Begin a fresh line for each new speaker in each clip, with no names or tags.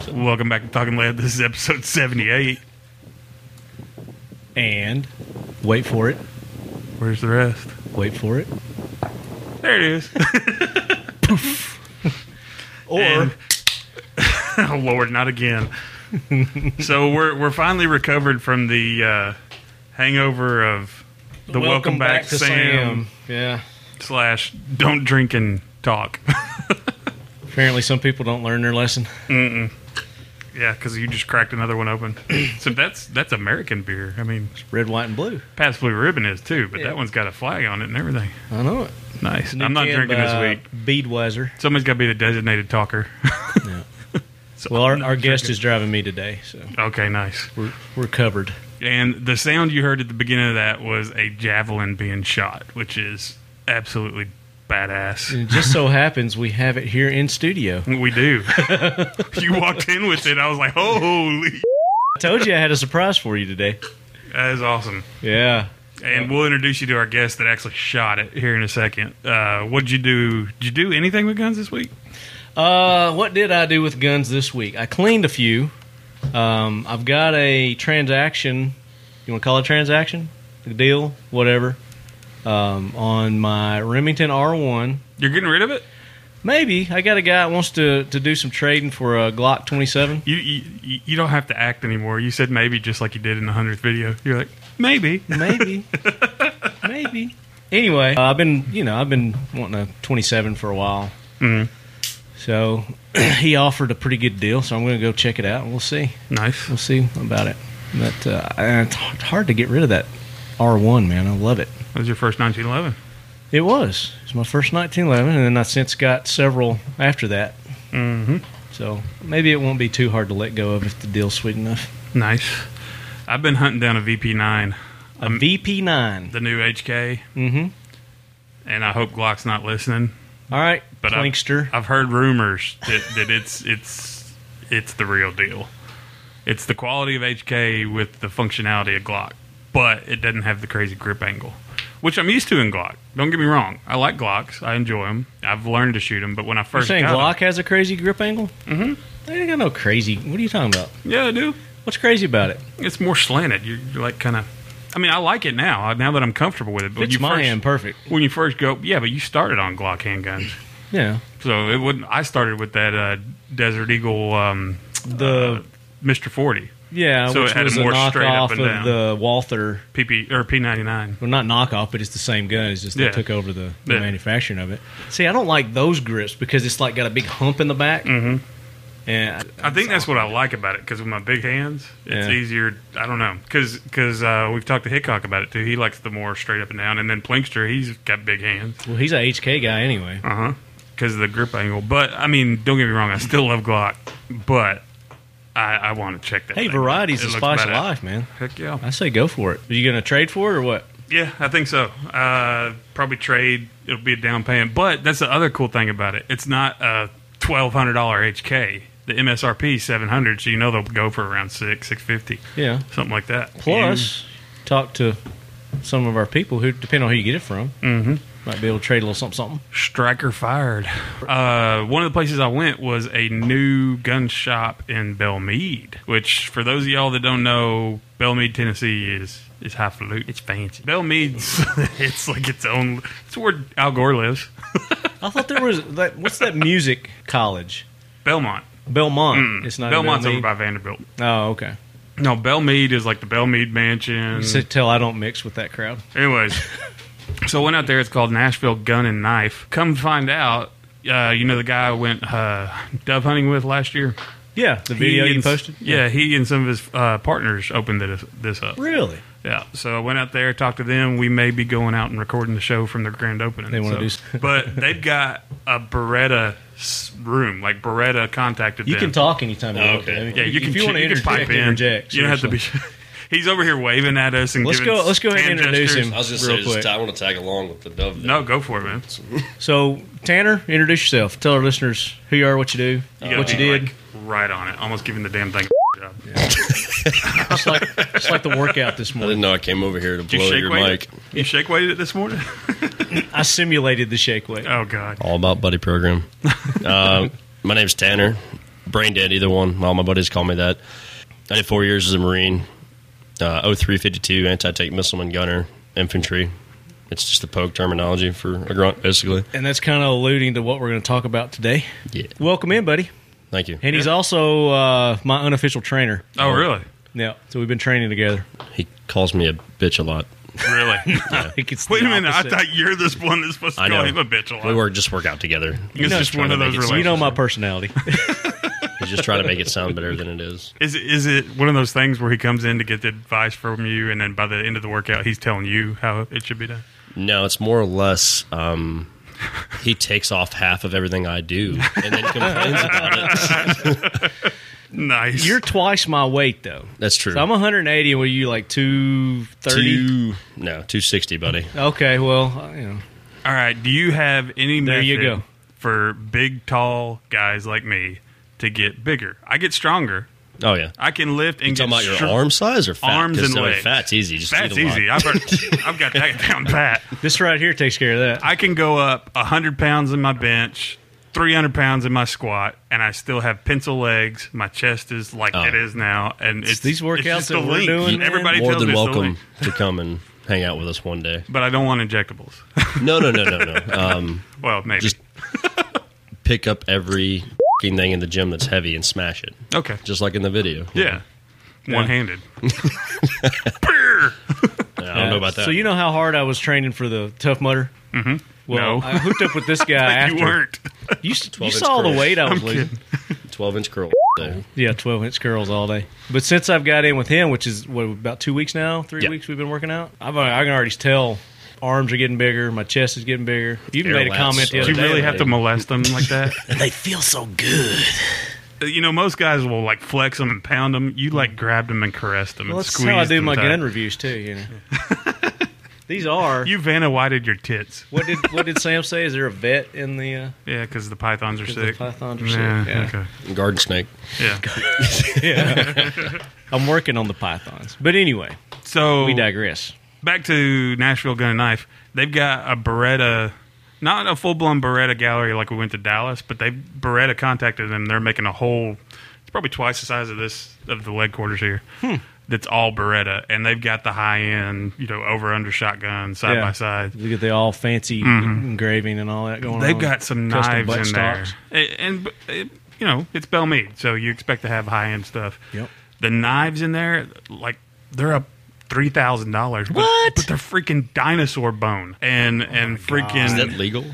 back and talking loud. This is episode seventy-eight.
And wait for it.
Where's the rest?
Wait for it.
There it is.
Or
And- oh Lord, not again. so we're we're finally recovered from the uh, hangover of the Welcome, Back, Sam,
Yeah.
slash Don't Drink and Talk.
Apparently, some people don't learn their lesson.
yeah, because you just cracked another one open. so that's that's American beer. I mean,
Red, white, and blue.
Pabst Blue Ribbon is too, but
Yeah.
that one's got a flag on it and everything.
I know it.
Nice. I'm not drinking this week.
Beadweiser.
Somebody's got to be the designated talker. So
Well, our,
I'm not
our guest
drinking.
is driving me today, so
Okay, nice.
we're, we're covered.
And the sound you heard at the beginning of that was a javelin being shot, which is absolutely badass.
And it just so happens we have it here in studio.
We do. you walked in with it. I was like, holy,
I told you I had a surprise for you today.
that is awesome.
Yeah.
And we'll introduce you to our guest that actually shot it here in a second. Uh, what did you do? Did you do anything with guns this week?
Uh, what did I do with guns this week? I cleaned a few. Um, I've got a transaction. You want to call it a transaction? A deal? Whatever. Um, on my Remington R1.
You're getting rid of it?
Maybe. I got a guy that wants to, to do some trading for a Glock 27.
You, you you don't have to act anymore. You said maybe just like you did in the hundredth video. You're like maybe.
Maybe. Maybe. Anyway, uh, I've been, you know, I've been wanting a 27 for a while.
Mhm.
So he offered a pretty good deal, so I'm going to go check it out and we'll see.
Nice.
We'll see about it. But uh, and it's h- hard to get rid of that R1, man. I love it.
That was your first 1911.
It was. It was my first 1911, and then I since got several after that.
Mm-hmm.
So maybe it won't be too hard to let go of if the deal's sweet enough.
Nice. I've been hunting down a VP9,
A
Um,
VP9.
the new HK,
Mm-hmm.
and I hope Glock's not listening.
All right,
But I'm-
Clinkster.
I've heard rumors that, that it's it's it's the real deal. It's the quality of HK with the functionality of Glock, but it doesn't have the crazy grip angle, which I'm used to in Glock. Don't get me wrong. I like Glocks. I enjoy them. I've learned to shoot them, but when I
You're
first
saying
got 'em-
Glock has a crazy grip angle? Mm-hmm. They ain't got no crazy. What are you talking about?
yeah, I do.
What's crazy about it?
It's more slanted. You're, you're like kind of. I mean, I like it now. Now that I'm comfortable with it. But when
It's
you
my
first,
hand perfect.
when you first go, yeah, but you started on Glock handguns,
Yeah.
so it wouldn't. I started with that uh, Desert Eagle, um,
The-
uh, Mister Forty
Yeah,
So
which
it had a
was
more
a
straight up
knockoff
and
of
down.
the Walther
PP or P ninety nine.
Well, not knockoff, but it's the same gun. It's just
Yeah.
they took over the, the
Yeah.
manufacturing of it. See, I don't like those grips because it's like got a big hump in the back. Mm-hmm. And
I think that's what I like about it because with my big hands, it's
Yeah.
easier. I don't know because uh, we've talked to Hickok about it too. He likes the more straight up and down, and then Plinkster, he's got big hands.
well, he's a HK guy anyway.
Uh huh. Because of the grip angle, but I mean, don't get me wrong, I still love Glock, but I, I want to check that.
Hey,
thing.
variety's
It
the
looks
spice of
badass.
life, man.
Heck yeah.
I say go for it. Are you going to trade for it or what?
Yeah, I think so. Uh, probably trade. It'll be a down payment. But that's the other cool thing about it. It's not a twelve hundred dollar HK. The MSRP is seven hundred, so you know they'll go for around six, six fifty,
Yeah.
something like that.
Plus,
Mm-hmm.
talk to some of our people who, depending on who you get it from,
Mhm.
might be able to trade a little something, something.
Striker fired. Uh, one of the places I went was a new gun shop in Belmead, which, for those of y'all that don't know, Belmead, Tennessee is is highfalutin. It's fancy. Belmead's it's like its own. It's where Al Gore lives.
I thought there was, that, what's that music college?
Belmont.
Belmont.
Mm.
It's not in
Belmont's
Belmead?
over by Vanderbilt.
Oh, okay.
No, Belmead is like the Belmead Mansion.
So tell I don't mix with that crowd.
Anyways, so I went out there. It's called Nashville Gun and Knife. Come find out, uh, you know the guy I went uh, dove hunting with last year.
Yeah, the video
He
you
and-
posted.
Yeah, he and some of his uh, partners opened this, this up.
Really?
Yeah, so I went out there, talked to them. We may be going out and recording the show from their grand opening.
They wanna
so.
do s-
but they've got a Beretta s- room. Like Beretta contacted
You
them.
can talk anytime you want.
Okay.
to. I mean,
yeah, you
if
can.
you
ch-
want to
you can
interject,
pipe in.
interject.
you don't have to be. He's over here waving at us and
Let's
giving
go- let's go ahead and
hand
introduce
gestures.
him.
I was just
Real
saying,
quick.
just, I want to tag along with the dove. there.
No, go for it, man.
So, Tanner, introduce yourself. Tell our listeners who you are, what you do,
gotta
what you
be,
did.
like, right on it. Almost giving the damn thing. a job.
It's like it's like the workout this
I
morning.
didn't know I came over here to
Did you
blow
shake
your
weighted?
mic.
You shake weighted it this morning?
I simulated the shake weight.
Oh God.
All about buddy program. uh, my name's Tanner. Brain dead, either one. All my buddies call me that. I did four years as a Marine, uh, 0352 anti tank missileman gunner, infantry. It's just the poke terminology for a grunt, basically.
And that's kind of alluding to what we're going to talk about today.
Yeah.
Welcome in, buddy.
Thank you.
And he's also uh, my unofficial trainer.
Oh, really?
Yeah, so we've been training together.
He calls me a bitch a lot.
Really?
Like, it's the
Wait a minute. I
opposite.
thought you're this one that's supposed to
I know.
call him a bitch a lot.
We work, just work out together.
it's just one of those
You
relationships.
you know my personality.
He's just trying to make it sound better than it is.
Is it, is it one of those things where he comes in to get the advice from you, and then by the end of the workout, he's telling you how it should be done?
No, it's more or less. Um, he takes off half of everything I do and then complains about it.
Nice.
You're twice my weight though.
That's true.
So I'm 180. and Were you like 230?
Two, no, two sixty, buddy.
Okay, well, uh, you know,
All right. Do you have any
There
method
you go.
for big, tall guys like me to get bigger? I get stronger.
Oh yeah.
I can lift and
You
get
talking about your
str-
arm size or fat?
Arms
'Cause,
and
I mean,
legs.
Fat's easy. Just
That's
eat a lot.
easy. I've, already- I've got that down pat.
this right here takes care of that.
I can go up 100 pounds in my bench, 300 pounds in my squat, and I still have pencil legs. My chest is like
Oh.
it is now. And it's,
these workouts
it's just
that
a
we're
link.
doing, man.
Everybody
More
tells
than
me it's the
welcome
link.
to come and hang out with us one day.
But I don't want injectables.
No, no, no, no, no. Um,
well, maybe.
Just- pick up every f***ing thing in the gym that's heavy and smash it,
okay.
just like in the video.
Yeah. One handed. Brr.
I don't know about that.
So you know how hard I was training for the Tough Mudder? Mm-hmm. Well,
No.
I hooked up with this guy after.
you weren't.
You, s- you
12 -inch
saw the
curls.
weight I was losing.
kidding.
twelve inch curl. day.
Yeah, 12 inch curls all day. But since I've got in with him, which is what about two weeks now, three
Yeah.
weeks we've been working out, I've, I can already tell arms are getting bigger, my chest is getting bigger. You even
Air
made a
lats
comment the
are-
Do
other
you
day.
really
Damn,
have to
dude.
molest them like that?
and they feel so good.
you know, most guys will like flex them and pound them. You like grabbed them and caressed them
Well,
and
that's
squeezed
how I do
them
my
tight.
gun reviews too. You know, these are.
You Vanna Whited your tits.
what did what did Sam say? Is there a vet in the? Uh,
Yeah, because the pythons are
'Cause the
sick.
pythons are
yeah,
sick, yeah.
Okay.
Garden snake.
Yeah.
I'm working on the pythons, but anyway,
So
we digress.
back to Nashville Gun and Knife. They've got a Beretta, not a full blown Beretta gallery like we went to Dallas, but they Beretta contacted them. They're making a whole. It's probably twice the size of this of the leg quarters here. That's all Beretta, and they've got the high end, you know, over under shotgun side by side. Mm-hmm.
You get the all fancy engraving and all that going.
They've
on.
got some
Custom
knives
butt
in there,
stocks.
A- and but, it, you know it's Bell Mead, so you expect to have high end stuff.
Yep.
The knives in there, like they're up three thousand dollars.
What? Oh
But they're freaking dinosaur bone and and
Is
freaking.
that legal?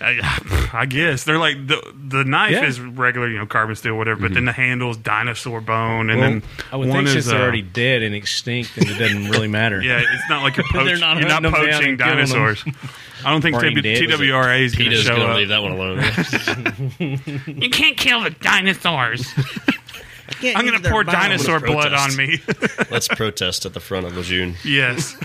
I, I guess they're like the the knife
Yeah. Mm-hmm.
is regular, you know, carbon steel, whatever. But then the handle's dinosaur bone, and then
I would
one
think
is
since they're
uh,
already dead and extinct, then it doesn't really matter.
Yeah, it's not like you're, poach,
They're not
you're not
hunting
poaching
them down and killing them.
dinosaurs. I don't think
Brain
TB,
dead.
TWRA is going to
PETA's
show
gonna
up.
leave that one alone.
You can't kill the dinosaurs. I'm going to pour dinosaur blood on
protest.
me.
Let's protest at the front of Lejeune.
yes.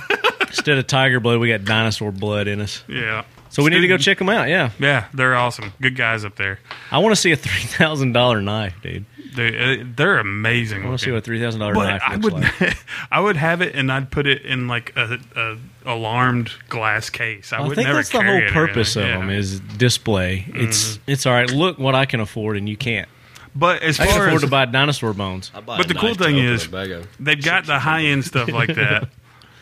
Instead of tiger blood, we got dinosaur blood in us.
Yeah.
So we need to go check them out. Yeah,
Yeah, they're awesome. Good guys up there.
I want to see a three thousand dollar knife, dude.
They, uh, they're amazing.
I want to see
looking.
what a three thousand dollar
but
knife
I
looks
would,
like.
I would have it, and I'd put it in like a, a alarmed glass case. I,
I
would
think
never
that's the
carry
whole
it or
purpose of
anything.
them
Yeah. Mm-hmm.
is display. It's it's all right. Look what I can afford and you can't.
But as
I can
far
afford
as
to buy dinosaur bones.
But the cool thing is- They've got the high end stuff like that,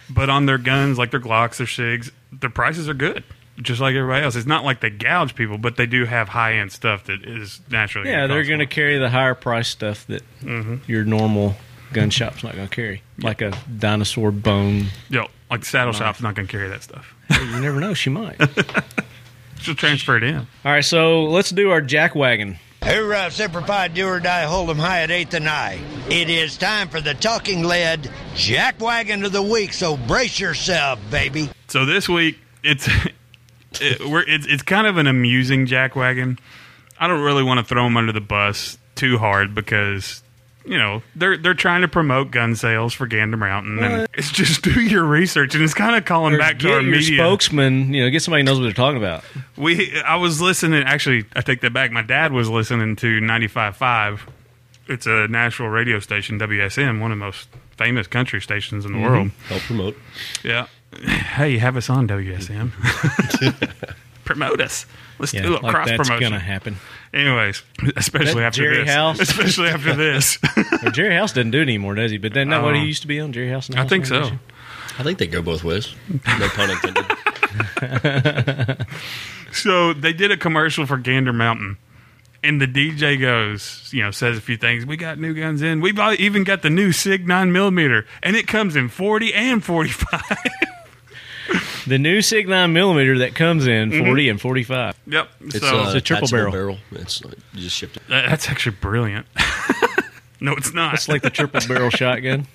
but on their guns, like their Glocks, their Sigs, their prices are good, just like everybody else. It's not like they gouge people, but they do have high end stuff that is naturally.
Yeah, they're going
gonna
to
cost
carry the higher price stuff that your normal gun shop's not going to carry, like a dinosaur bone.
more. Yo, like Saddle Shop's not going to carry that stuff.
you never know, she might. All
She'll transfer it in.
right, so let's do our jack wagon.
Hoorah, Semper Pi, do or die, hold 'em high at eighth and I. It is time for the talking lead jack wagon of the week, so brace yourself, baby.
So this week, it's it, we're, it's it's kind of an amusing jackwagon. I don't really want to throw them under the bus too hard because you know they're they're trying to promote gun sales for Gander Mountain, and it's just do your research, and it's kind of calling back to
Get
our
your
media.
spokesman, you know, get somebody who knows what they're talking about.
We I was listening. Actually, I take that back. My dad was listening to 95.5. It's a national radio station, WSM, one of the most famous country stations in the world.
Help promote.
Yeah. Hey, have us on WSM. Promote us. Let's
Yeah,
do a little
like
cross
that's
promotion.
going to happen.
Anyways, especially
That
after
Jerry
this.
House?
Especially after this.
Or Jerry House doesn't do it anymore, does he? But then not what he
Um,
used to be on Jerry House. and
I
House
think
Animation?
so.
I think they go both ways. No pun intended.
So they did a commercial for Gander Mountain, and the DJ goes, you know, says a few things. We got new guns in. We've al- even got the new Sig nine millimeter, and it comes in forty and forty five.
The new Sig 9 millimeter that comes in
Mm-hmm.
40 and 45.
yep.
It's,
so
uh,
a triple
attachable
barrel.
It's like, you just shift it.
that- that's actually brilliant. no, it's not.
It's like the triple barrel shotgun.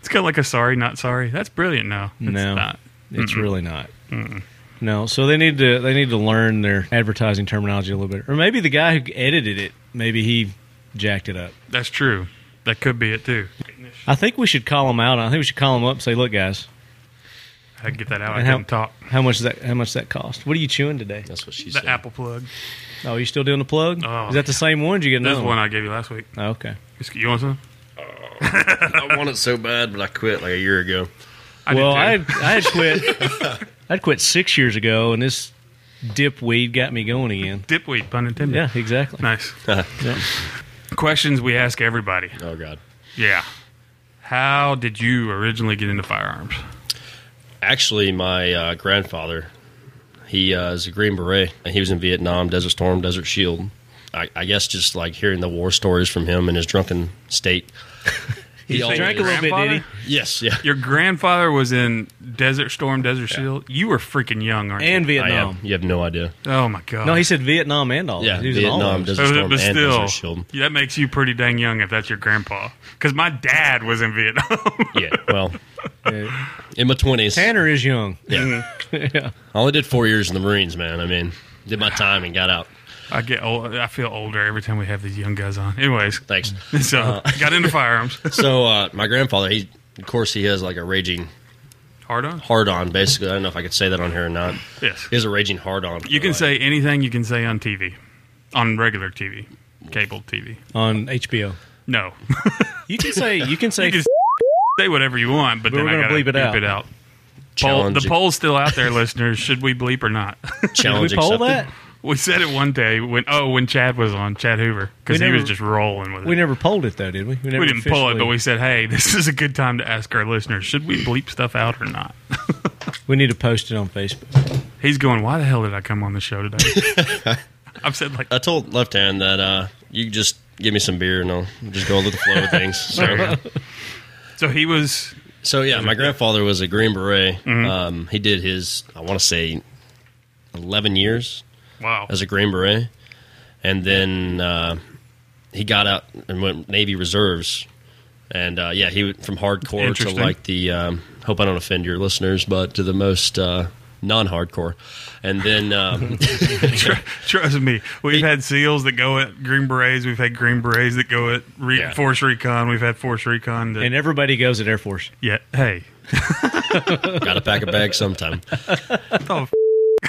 It's kind of like a sorry, not sorry. That's brilliant. No, it's
No.
not.
It's really not. No, so they need to they need to learn their advertising terminology a little bit, or maybe the guy who edited it, maybe he jacked it up.
That's true. That could be it too.
I think we should call him out. I think we should call him up and say, "Look, guys,
I get that out. I
And how-
couldn't talk.
how much does that how much does that cost? What are you chewing today?
That's what she
The
said.
apple plug.
Oh, you still doing the plug?
Oh.
Is that the same one? Did you get
That's
another
the one I gave you last week.
Oh, okay.
You want some?
I want it so bad, but I quit like a year ago.
I did
well,
too.
I had, I had quit. I'd quit six years ago, and this dipweed got me going again.
dipweed, pun intended.
Yeah, exactly.
Nice.
Yeah.
Questions we ask everybody.
Oh god.
Yeah. How did you originally get into firearms?
Actually, my uh, grandfather, he uh, is a Green Beret, and he was in Vietnam, Desert Storm, Desert Shield. I, I guess just like hearing the war stories from him in his drunken state. he
You say
drank a
your
little bit,
grandfather?
did he?
Yes, yeah.
Your grandfather was in Desert Storm, Desert Shield. You were freaking young, aren't
And
I
Vietnam.
am. You have no idea.
you? Oh my god.
No, he said Vietnam and all.
Yeah,
he was in all
Vietnam
those.
Desert Storm
but
and
still,
Desert Shield.
that makes you pretty dang young if that's your grandpa. Because my dad was in Vietnam.
Yeah. Well,
Yeah.
in my twenties,
Tanner is young.
I only did four years in the Marines. Man, I mean, did my time and got out.
I get old. I feel older every time we have these young guys on. Anyways,
Uh-huh.
Thanks.
so got into firearms.
so uh, my grandfather, he of course he has like a raging
Hard on.
hard on. Basically, I don't know if I could say that on here or not.
Yes.
He has a raging hard on.
You can say anything you can say on TV, on regular TV, cable TV.
on HBO.
No,
You can say you can say
You can say whatever you want, but
But
then
we're
I
gonna
gotta
bleep it out.
Poll, the
Challenge-
poll's still out there, listeners. Should we bleep or not?
Did we
challenge
poll
accepted.
that?
we said it one day when oh when Chad was on Chad Hoover because
We
he was
never-
just rolling with it.
We never polled it though, did we? never
we didn't pull it,
officially-
but we said, "Hey, this is a good time to ask our listeners: Should we bleep stuff out or not?"
we need to post it on Facebook.
He's going, "Why the hell did I come on the show today?" I've said like
I told Left Hand that uh, you just give me some beer and I'll just go with the flow of things. So,
So he was
so yeah, my grandfather was a Green Beret.
Mm-hmm.
Um, he did his, I want to say, 11 years
wow.
as a Green Beret. And then uh, he got out and went Navy Reserves. And uh, yeah, he went from hardcore to
Interesting.
like the, um, hope I don't offend your listeners, but to the most uh, non hardcore. And then. Um,
Tr- Trust me, we've had SEALs that go at Green Berets. We've had Green Berets that go at re-
Yeah.
Force Recon. We've had Force Recon. That,
And everybody goes at Air Force.
yeah, hey,
Got to pack a bag sometime.
Oh,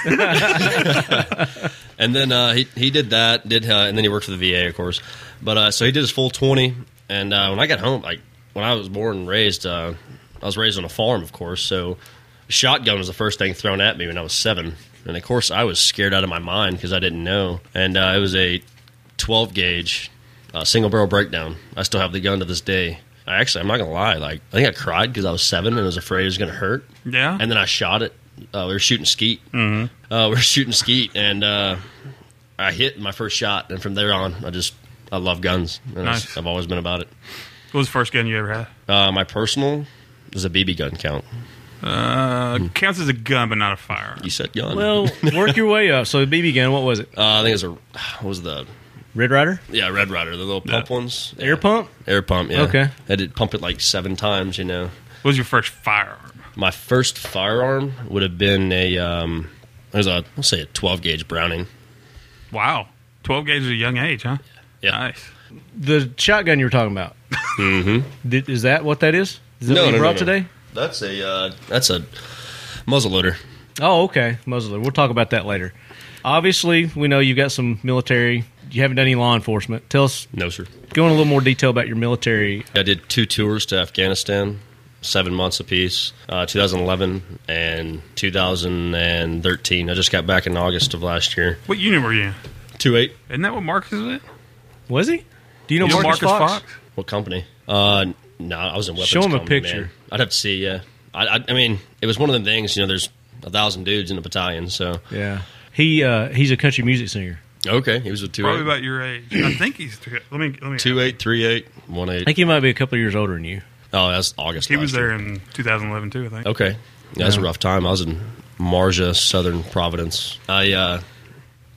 and then uh, he he did that, did uh, and then he worked for the VA, of course. But uh, so he did his full twenty. And uh, when I got home, like when I was born and raised, uh, I was raised on a farm, of course. So a shotgun was the first thing thrown at me when I was seven, and of course I was scared out of my mind because I didn't know. And uh, it was a twelve gauge uh, single barrel breakdown. I still have the gun to this day. I actually, I'm not gonna lie. Like I think I cried because I was seven and I was afraid it was gonna hurt.
yeah.
And then I shot it. Uh, we were shooting skeet. Mm-hmm. Uh, we were shooting skeet, and uh, I hit my first shot. And from there on, I just I love guns. And I just-
Nice.
I've always been about it.
what was the first gun you ever had?
Uh, my personal is a BB gun count.
Uh, Counts as a gun, but not a firearm.
You said gun.
Well, work your way up. So BB gun, what was it?
uh, I think it's a what was the
Red Rider?
yeah Red Rider, the little pump
Yeah.
ones, Yeah.
Air pump?
air pump. Yeah,
Okay.
I did pump it like seven times. You know,
What was your first firearm?
my first firearm would have been a um, it was a I'll say a 12 gauge Browning.
Wow, twelve gauge at a young age, huh?
Yeah.
Nice.
The shotgun you were talking about. Did, is that what that is? Is that
No,
what you
no, no,
brought
no.
today?
That's a uh, that's a muzzle loader.
Oh, okay. Muzzler. We'll talk about that later. Obviously, we know you've got some military. You haven't done any law enforcement. Tell us,
No sir.
go in a little more detail about your military.
I did two tours to Afghanistan, seven months apiece, uh, 2011 and 2013. I just got back in August of last year.
What unit were you in?
Two eight.
Isn't that what Marcus is in?
Was he? Do you know
You know
Marcus, Fox?
What company? Uh, no, I was in weapons.
Show 'em a
company,
picture.
man. I'd have to see. Yeah, I, I, I mean, it was one of them things. You know, there's a thousand dudes in a battalion. So
Yeah, he uh, he's a country music singer.
okay, he was with two
Probably
eight,
about your age. I think he's. Let me. Let me.
two eight, three eight, one
I
eight.
think he might be a couple of years older than you.
Oh, that's August.
He
last
was there
year.
in 2011 too. I think.
Okay, yeah, that's a rough time. I was in Marja, Southern Providence. I uh,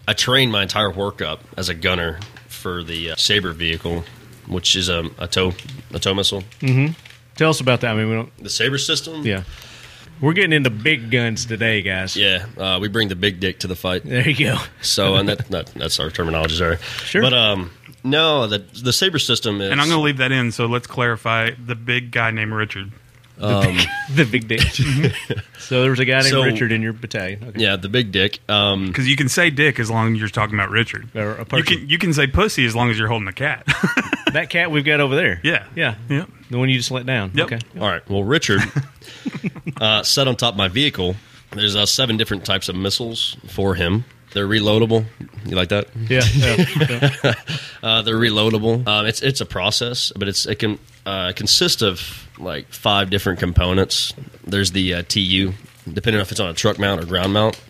I trained my entire workup as a gunner for the uh, Saber vehicle, which is a, a tow a tow missile.
Tell us about that. I mean, we don't.
The Saber system.
Yeah, we're getting into big guns today, guys.
Yeah, uh, we bring the big dick to the fight.
There you go.
So, and that, that that's our terminology, sorry.
Sure.
But um, no, the the saber system is.
And I'm going to leave that in. So let's clarify the big guy named Richard.
the big dick. Mm-hmm. so there was a guy named
So-
Richard in your battalion. Okay.
yeah, the big dick. Um,
Because you can say dick as long as you're talking about Richard.
Or a
You
person.
can you can say pussy as long as you're holding a cat.
That cat we've got over there.
yeah.
Yeah.
Yep.
The one you just let down.
Yep.
Okay.
all right. Well, Richard uh, sat on top of my vehicle. There's uh, seven different types of missiles for him. They're reloadable. You like that?
Yeah. yeah, yeah.
Uh, they're reloadable. Um, it's it's a process, but it's it can uh, consist of like five different components. There's the uh, TU, depending on if it's on a truck mount or ground mount.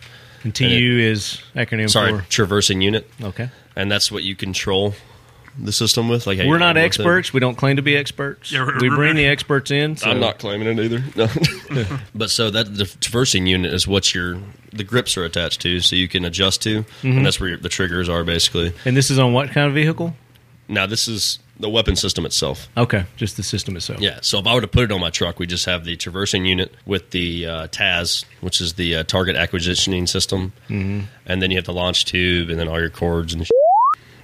And TU is acronym
Sorry,
for.
traversing unit.
Okay.
and that's what you control the system with. Like how you
We're not
deal with it.
experts. We don't claim to be experts.
Yeah, re-
we bring
remember-
the experts in. So
I'm not claiming it either. No. but so that the traversing unit is what your the grips are attached to, so you can adjust to, and that's where your, the triggers are basically.
And this is on what kind of vehicle?
Now this is the weapon system itself.
Okay, just the system itself.
Yeah. So if I were to put it on my truck, we just have the traversing unit with the uh, TAS, which is the uh, target acquisitioning system, mm-hmm. and then you have the launch tube, and then all your cords and.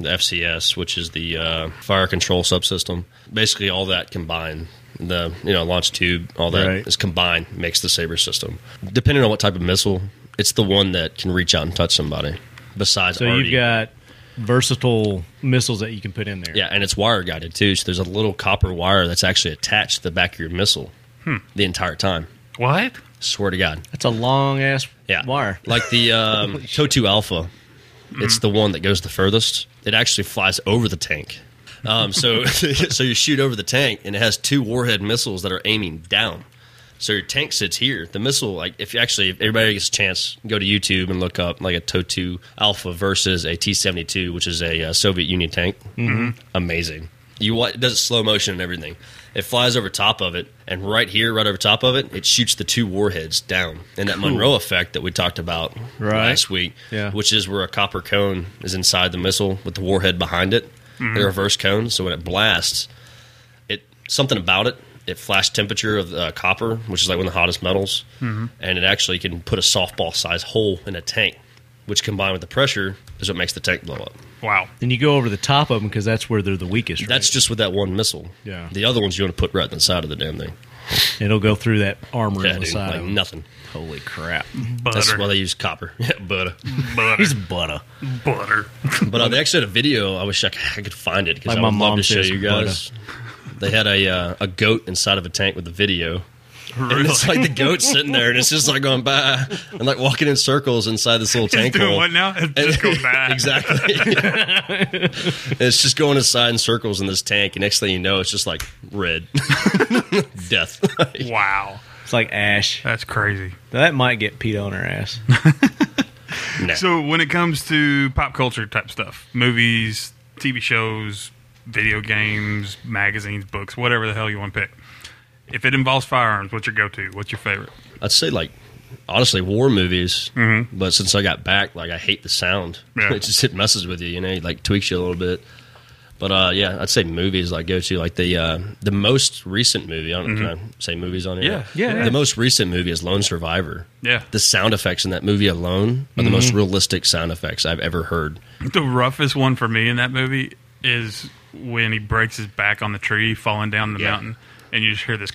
The FCS, which is the uh, fire control subsystem, basically all that combined, the you know launch tube, all that is
Right.
combined makes the saber system. Depending on what type of missile, it's the one that can reach out and touch somebody. Besides,
So
already-
you've got versatile missiles that you can put in there.
yeah, and it's wire guided too. So there's a little copper wire that's actually attached to the back of your missile
Hmm.
the entire time.
What?
Swear to God.
That's a long ass
Yeah.
wire.
Like the um, Totu Alpha. It's the one that goes the furthest. It actually flies over the tank. Um, so, so you shoot over the tank, and it has two warhead missiles that are aiming down. So your tank sits here. The missile, like if you actually, if everybody gets a chance, go to YouTube and look up like a Totu Alpha versus a T seventy two, which is a uh, Soviet Union tank. Mm-hmm. Amazing. You wa- it does it slow motion and everything. It flies over top of it, and right here, right over top of it, it shoots the two warheads down, and that Monroe effect that we talked about
Right.
last week,
Yeah.
which is where a copper cone is inside the missile with the warhead behind it,
Mm-hmm.
a reverse cone. So when it blasts, it something about it. It flash temperature of uh, copper, which is like one of the hottest metals,
Mm-hmm.
and it actually can put a softball size hole in a tank, which combined with the pressure is what makes the tank blow up.
Wow.
Then you go over the top of them because that's where they're the weakest. Right?
That's just with that one missile.
Yeah.
The other ones you want to put right in the side of the damn thing.
It'll go through that armor
Yeah,
on the
dude,
side.
like
of 'em.
nothing.
Holy crap!
Butter.
That's why they use copper. Yeah, butter.
butter.
He's butter.
butter.
But uh, they actually had a video. I wish I could, I could find it because
Like
I
my
would
mom
love to show
says,
you guys. They had a uh, a goat inside of a tank with a video. And it's like the goat sitting there, and it's just like going by and like walking in circles inside this little tank.
doing
hole.
what now? Just go back.
exactly. And it's just going inside in circles in this tank, and next thing you know, it's just like red death.
Wow.
It's like ash.
That's crazy.
Now, that might get Pete on her ass.
Nah.
So when it comes to pop culture type stuff, movies, TV shows, video games, magazines, books, whatever the hell you want to pick. If it involves firearms, what's your go-to? What's your favorite?
I'd say like honestly war movies. But since I got back, like I hate the sound.
Mm-hmm. Yeah.
It just it messes with you, you know, it, like tweaks you a little bit. But uh, yeah, I'd say movies like go to like the uh, the most recent movie. I don't know, can I say movies on here?
Mm-hmm. Yeah. Yeah,
yeah.
The most recent movie is Lone Survivor.
Yeah.
The sound effects in that movie alone are the
Mm-hmm.
most realistic sound effects I've ever heard.
The roughest one for me in that movie is when he breaks his back on the tree, falling down the
Yeah.
mountain, and you just hear this.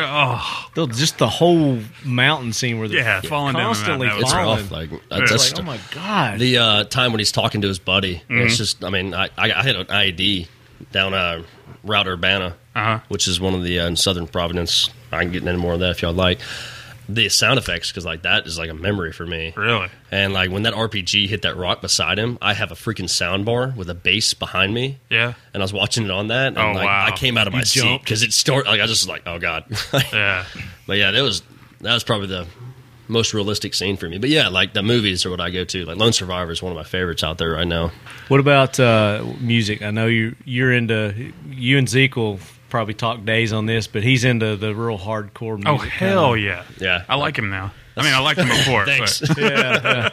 Oh,
They'll- just the whole mountain scene where they're
Yeah, falling down the
constantly
mountain.
It's
Wow.
falling.
rough. Like
It's
that's
It's
just-
like, oh my god!
the uh, time when he's talking to his buddy.
Mm-hmm.
It's just, I mean, I, I, I had an IED down uh, Route Urbana,
Uh-huh.
which is one of the uh, in Southern Providence. I can get into more of that if y'all like. the sound effects because like that is like a memory for me.
Really?
And like when that RPG hit that rock beside him, I have a freaking sound bar with a bass behind me.
Yeah.
And I was watching it on that, and
Oh,
like
wow.
I came out of my
You
seat
jumped.
because it started. Like I just was like, oh god.
Yeah.
But yeah, that was that was probably the most realistic scene for me. But yeah, like the movies are what I go to. Like Lone Survivor is one of my favorites out there right now.
What about uh, music? I know you you're into you and Zeke will probably talk days on this, but he's into the real hardcore. music.
Oh hell yeah.
Yeah.
I like him now. I mean, I liked him before.
Thanks.
But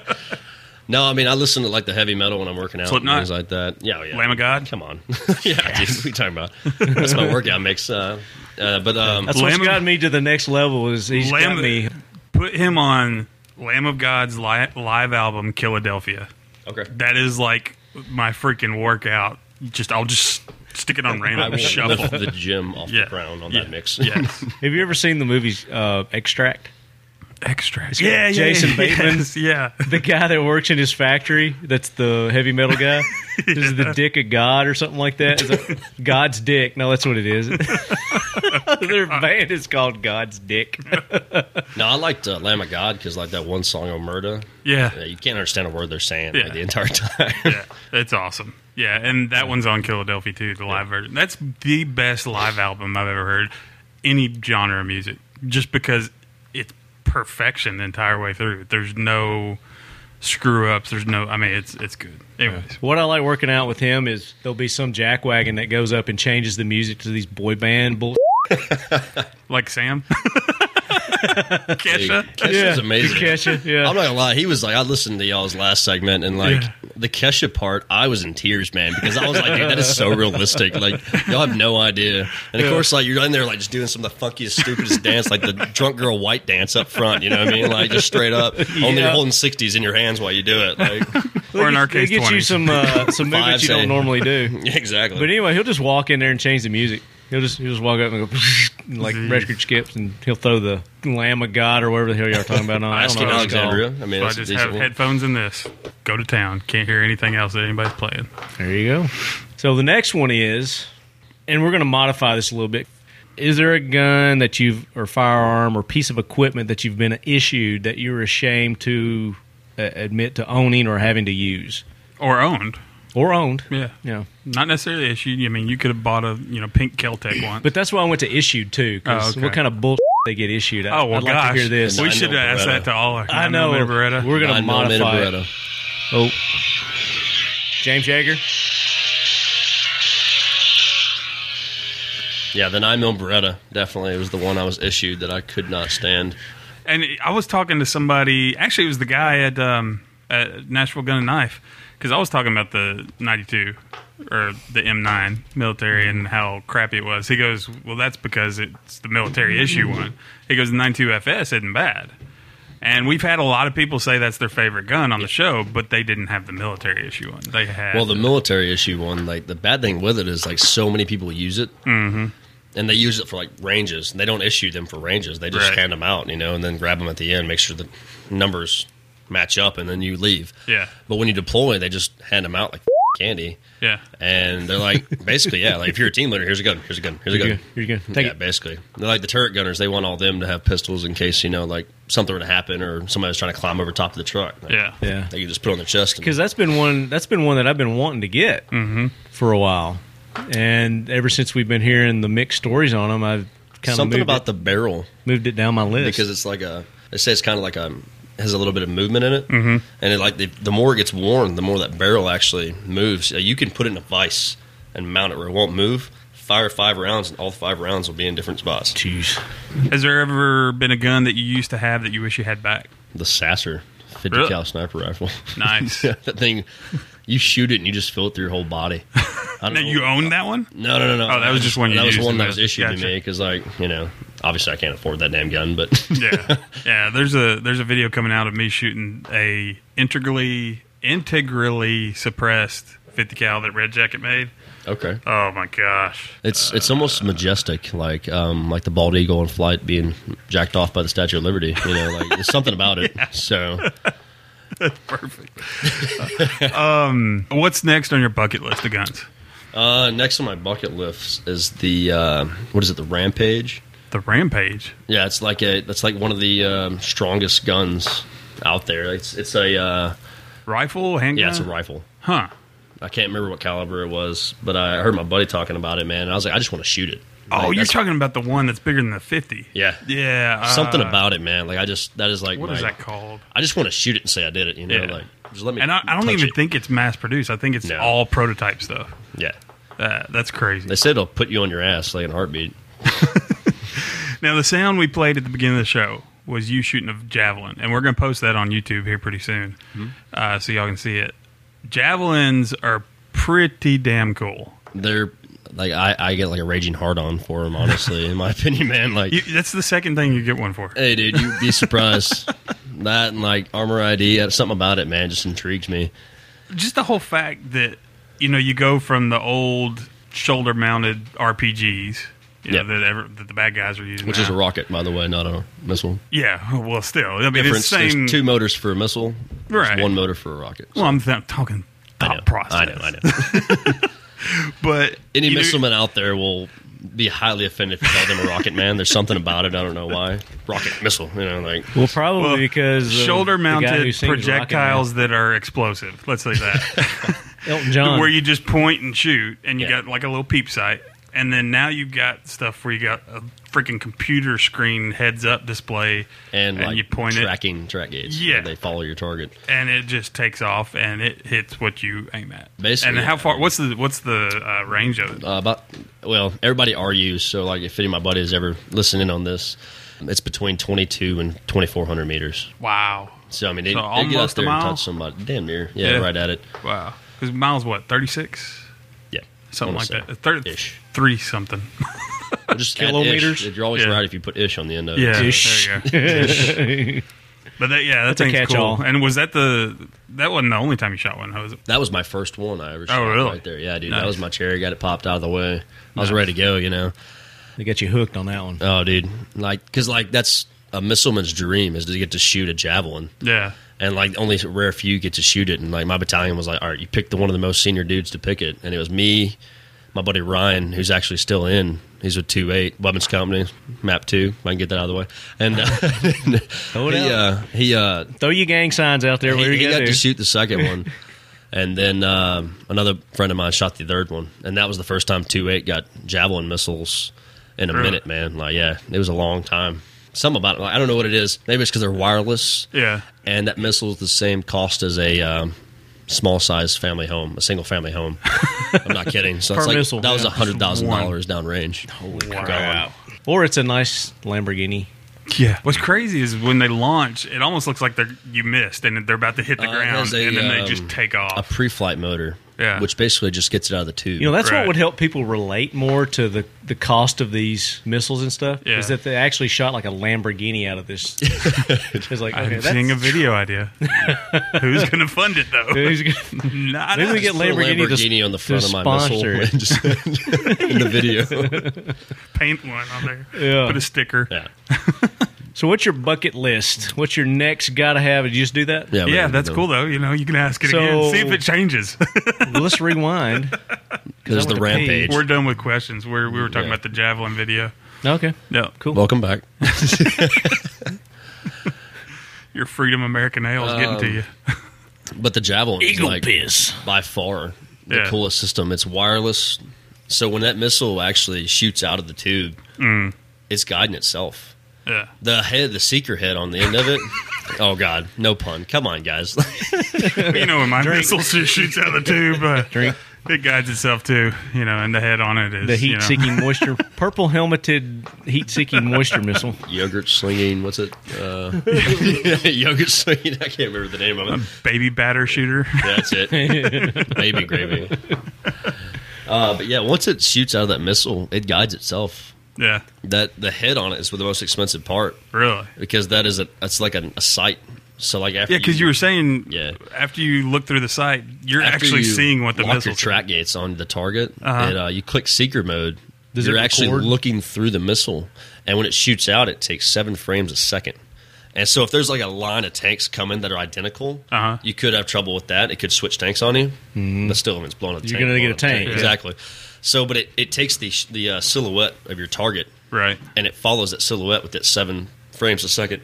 No, I mean I listen to like the heavy metal when I'm working out, and
Slipknot?
things like that. Yeah, oh, yeah.
Lamb of God?
Come on. yeah, dude, what are you talking about? That's my workout mix. Uh, uh, but um,
That's what's
Lamb of-
got me to the next level. Is he's
Lamb-
got me
put him on Lamb of God's li- live album, Philadelphia.
okay.
That is like my freaking workout. Just I'll just stick it on
I
random
will
shuffle.
lift the gym off
Yeah.
the ground on
Yeah.
that mix.
Yeah.
Have you ever seen the movie uh, Extract?
Extract.
got
Yeah, yeah.
Jason
yeah,
Bateman.
yes, yeah.
The guy that works in his factory, that's the heavy metal guy. This is the dick of God or something like that. Is it God's dick. No, that's what it is. Their band is called God's Dick.
No, I liked uh, Lamb of God because like that one song on Murda.
Yeah.
Yeah, you can't understand a word they're saying
Yeah.
like, the entire time.
yeah, it's awesome. Yeah, and that one's on Philadelphia too, the live version. That's the best live album I've ever heard, any genre of music, just because it's perfection the entire way through. There's no screw ups. There's no. I mean, it's it's good. Anyways,
What I like working out with him is there'll be some jackwagon that goes up and changes the music to these boy band bull.
like Sam, Kesha.
Kesha's amazing.
Kesha, yeah.
I'm not gonna lie, he was like, I listened to y'all's last segment, and like
Yeah.
the Kesha part, I was in tears, man, because I was like, dude, that is so realistic. Like, y'all have no idea. And of course, like you're in there, like just doing some of the funkiest, stupidest dance, like the drunk girl white dance up front. You know what I mean? Like just straight up. Only you're
Yeah.
holding sixties in your hands while you do it. Like,
Or in our case,
They get you
20s.
some, uh, some movements you
say.
don't normally do.
yeah, exactly.
But anyway, he'll just walk in there and change the music. He'll just he'll just walk up and go and like
Mm-hmm.
record skips, and he'll throw the Lamb of God or whatever the hell y'all are talking about. On. I don't
Asking
know. what it's called.
Alexandria. I mean,
So I
that's a
just
decent
have
one.
headphones in this. Go to town. Can't hear anything else that anybody's playing.
There you go. So the next one is, and we're going to modify this a little bit. Is there a gun that you've, or firearm, or piece of equipment that you've been issued that you're ashamed to uh, admit to owning or having to use
Or owned.
or owned?
Yeah.
Yeah.
Not necessarily issued. I mean, you could have bought a you know pink Keltec once.
But that's why I went to issued too. 'cause
Oh, okay.
what kind of bull they get issued? I,
Oh well,
I'd
gosh!
like to hear this.
We
Nine
should
mil
ask
Beretta.
that to all our.
I know.
nine mil Beretta.
We're going to
Nine millimeter
modify it.
Beretta.
Oh, James Yeager.
Yeah, the nine mil Beretta definitely was the one I was issued that I could not stand.
and I was talking to somebody. Actually, it was the guy at um, at Nashville Gun and Knife because I was talking about the '92 or the M9 military and how crappy it was. He goes, "Well, that's because it's the military issue one." He goes, "The 92 FS isn't bad." And we've had a lot of people say that's their favorite gun on the show, but they didn't have the military issue one. They had
Well, the military issue one, like the bad thing with it is like so many people use it, mm-hmm. and they use it for like ranges, and they don't issue them for ranges. They just
Right.
hand them out, you know, and then grab them at the end, make sure the numbers match up, and then you leave.
Yeah.
But when you deploy, they just hand them out like candy,
yeah,
and they're like basically, yeah, like if you're a team leader, here's a gun, here's a gun, here's a
Here you
gun.
go. Here you go. Take
yeah,
it.
basically. They're like the turret gunners. They want all them to have pistols in case you know, like something were to happen or somebody was trying to climb over top of the truck. Like,
yeah,
Yeah.
They can just put it on their chest. And,
because that's been one that's been one that I've been wanting to get
Mm-hmm.
for a while, and ever since we've been hearing the mixed stories on them, I've kind of
something
moved,
about
it,
the barrel
moved it down my list
because it's like a they say it's kind of like a has a little bit of movement in it mm-hmm. and it like the, the more it gets worn the more that barrel actually moves Uh, you can put it in a vise and mount it where it won't move fire five rounds and all five rounds will be in different spots
Jeez.
Has there ever been a gun that you used to have that you wish you had back?
the sasser 50
Really?
cal sniper rifle
Nice.
Yeah, that thing you shoot it and you just feel it through your whole body I don't
Now,
know-
you own that one?
no no no no
Oh, that was just one you
that was
used
one
in
that
the-
was issued to
Gotcha.
me because like you know obviously I can't afford that damn gun but
Yeah, yeah. There's a there's a video coming out of me shooting a integrally integrally suppressed 50 cal that Red Jacket made.
okay
Oh my gosh!
It's it's almost majestic, like um, like the bald eagle in flight being jacked off by the Statue of Liberty. You know, like there's something about it. So
Perfect. um, what's next on your bucket list of guns?
uh, next on my bucket list is the uh, what is it? The Rampage.
the Rampage.
Yeah, it's like a that's like one of the um, strongest guns out there. It's it's a uh,
Rifle, handgun?
yeah, it's a rifle.
Huh.
I can't remember what caliber it was, but I heard my buddy talking about it, man. And I was like, I just want to shoot it.
Oh,
Like,
you're
that's-
talking about the one that's bigger than the 50.
Yeah.
Yeah. uh,
something about it, man. Like I just that is like
What
my,
is that called?
I just want to shoot it and say I did it. You know,
Yeah.
like just let me.
And I, I don't
touch
even
it.
think it's mass produced. I think it's
No.
all prototype stuff.
Yeah,
Uh, that's crazy.
they said it'll put you on your ass like in a heartbeat.
Now, the sound we played at the beginning of the show was you shooting a javelin, and we're going to post that on YouTube here pretty soon
Mm-hmm.
uh, so y'all can see it. Javelins are pretty damn cool.
They're like I, I get like a raging hard on for them, honestly, in my opinion, man. Like,
You, that's the second thing you get one for.
hey, dude, you'd be surprised. that and like armor ID, uh, something about it, man, just intrigues me.
Just the whole fact that, you know, you go from the old shoulder mounted RPGs. You know,
Yep.
that, ever, that the bad guys are using,
Which is a
now.
rocket, by the way, not a missile.
yeah. Well, still, I mean, it's
Difference:
same.
there's two motors for a missile, there's
Right.
One motor for a rocket.
well, I'm th- talking
I
thought
know,
process.
I know, I know.
But
Any
you know-
missileman out there will be highly offended if you call them a rocket man. There's something about it. I don't know why. Rocket missile, you know, like
Well, probably
Well,
because of
shoulder
the guy who
mounted
sings Rocket Man,
projectiles that are explosive. Let's say that.
Elton John.
where you just point and shoot, and you
Yeah.
got like a little peep sight, and then now you've got stuff where you got a freaking computer screen heads up display,
and, like
you point it,
tracking track gates.
Yeah.
they follow your target.
and it just takes off, and it hits what you aim at.
Basically,
and how
yeah.
far? What's the what's the uh, range of it?
Uh, about well, everybody RUs. So like, if any of my buddies ever listen in on this, it's between 22 and 2400 meters.
Wow,
So I mean, they,
So
they get
almost
out
a
there and
mile?
touch somebody. Damn near, yeah,
Yeah.
right at it.
wow. Because miles what thirty six.
Yeah,
Something like
Wanna
that.
say.
Thirty
Ish.
three something.
Or Just add
Kilometers?
Ish. You're always
Yeah.
right if you put ish on the end of
Yeah,
it.
Ish.
there you go. But that, yeah, that
That's a
thing's cool.
catch-all.
And was that the that wasn't the only time you shot one? Was it?
That was my first one I ever shot
Oh, really?
right there. Yeah, dude,
Nice.
that was my cherry. Got it popped out of the way. I was
Nice.
ready to go. You know.
they got you hooked on that one.
Oh, dude, like because like that's a missileman's dream is to get to shoot a javelin,
Yeah,
and like only a rare few get to shoot it. And like my battalion was like, all right, you picked the one of the most senior dudes to pick it, and it was me, my buddy Ryan, who's actually still in. He's with two eight Weapons Company, Map Two. If I can get that out of the way, and uh,
it
he,
out.
uh, he uh,
Throw your gang signs out there. Where
he, he
you
got
got
to shoot the second one, and then um, another friend of mine shot the third one, and that was the first time two eight got javelin missiles in a
Really?
minute, man. Like, yeah, it was a long time. Some about it, like, I don't know what it is. Maybe it's because they're wireless,
yeah.
and that missile is the same cost as a um, small size family home, a single family home. I'm not kidding. So
Per
it's like
missile,
that was
yeah.
a hundred thousand dollars
Just
downrange. Holy
crap.
Or it's a nice Lamborghini.
Yeah. What's crazy is when they launch, it almost looks like they're you missed and they're about to hit the
Uh, it
ground,
has a,
and then they
um,
just take
A
off.
pre-flight motor,
Yeah.
which basically just gets it out of the tube.
You know, that's
Right.
what would help people relate more to the, the cost of these missiles and stuff.
Yeah.
Is that they actually shot like a Lamborghini out of this. it's like, okay,
I'm
that's-
seeing a video idea. Who's going to fund it though?
Who's gonna-
Not
Maybe we
us.
get
Put a
Lamborghini, to-
Lamborghini on the
to
front of my missile
sponsor it.
and just- in the video.
paint one on there.
Yeah.
Put a sticker.
Yeah,
So, what's your bucket list? What's your next gotta have? Did you just do that?
yeah,
Yeah,
we didn't
that's
do
cool though. You know, you can ask it again,
So-
see if it changes.
Well, let's rewind.
There's
I went
the
to pee.
rampage.
We're done with questions. We're, we were talking
Yeah.
about the javelin video.
Okay.
No,
Cool.
Welcome back.
your freedom American ale is getting to
Um,
you.
But the javelin is like
piss.
by far the
Yeah.
coolest system. It's wireless, so when that missile actually shoots out of the tube,
Mm.
it's guiding itself.
Yeah.
The head, the seeker head on the end of it. oh God, no pun. Come on, guys.
you know when my missile just shoots out of the tube, uh,
Drink.
it guides itself too. You know, and the head on it is
The
you
heat
know,
seeking moisture, purple helmeted heat seeking moisture missile.
yogurt slinging. What's it? Uh, yogurt slinging. I can't remember the name of it.
baby batter shooter.
That's it. Baby gravy. Uh, but yeah, once it shoots out of that missile, it guides itself.
yeah,
That the head on it is the most expensive part
really.
because that is a that's like a, a sight. So like after
Yeah, because you were saying
Yeah.
after you look through the site, you're
after
actually
you
seeing what the
lock
missile
your track gates on the target,
Uh-huh.
and uh, you click seeker mode.
Does it
you're actually
record?
looking through the missile, and when it shoots out, it takes seven frames a second. And so if there's like a line of tanks coming that are identical,
Uh-huh.
you could have trouble with that. It could switch tanks on you, but still, if it's blown up,
You're gonna get a tank, yeah.
exactly. So, but it, it takes the sh- the uh, silhouette of your target
Right.
and it follows that silhouette with that seven frames a second.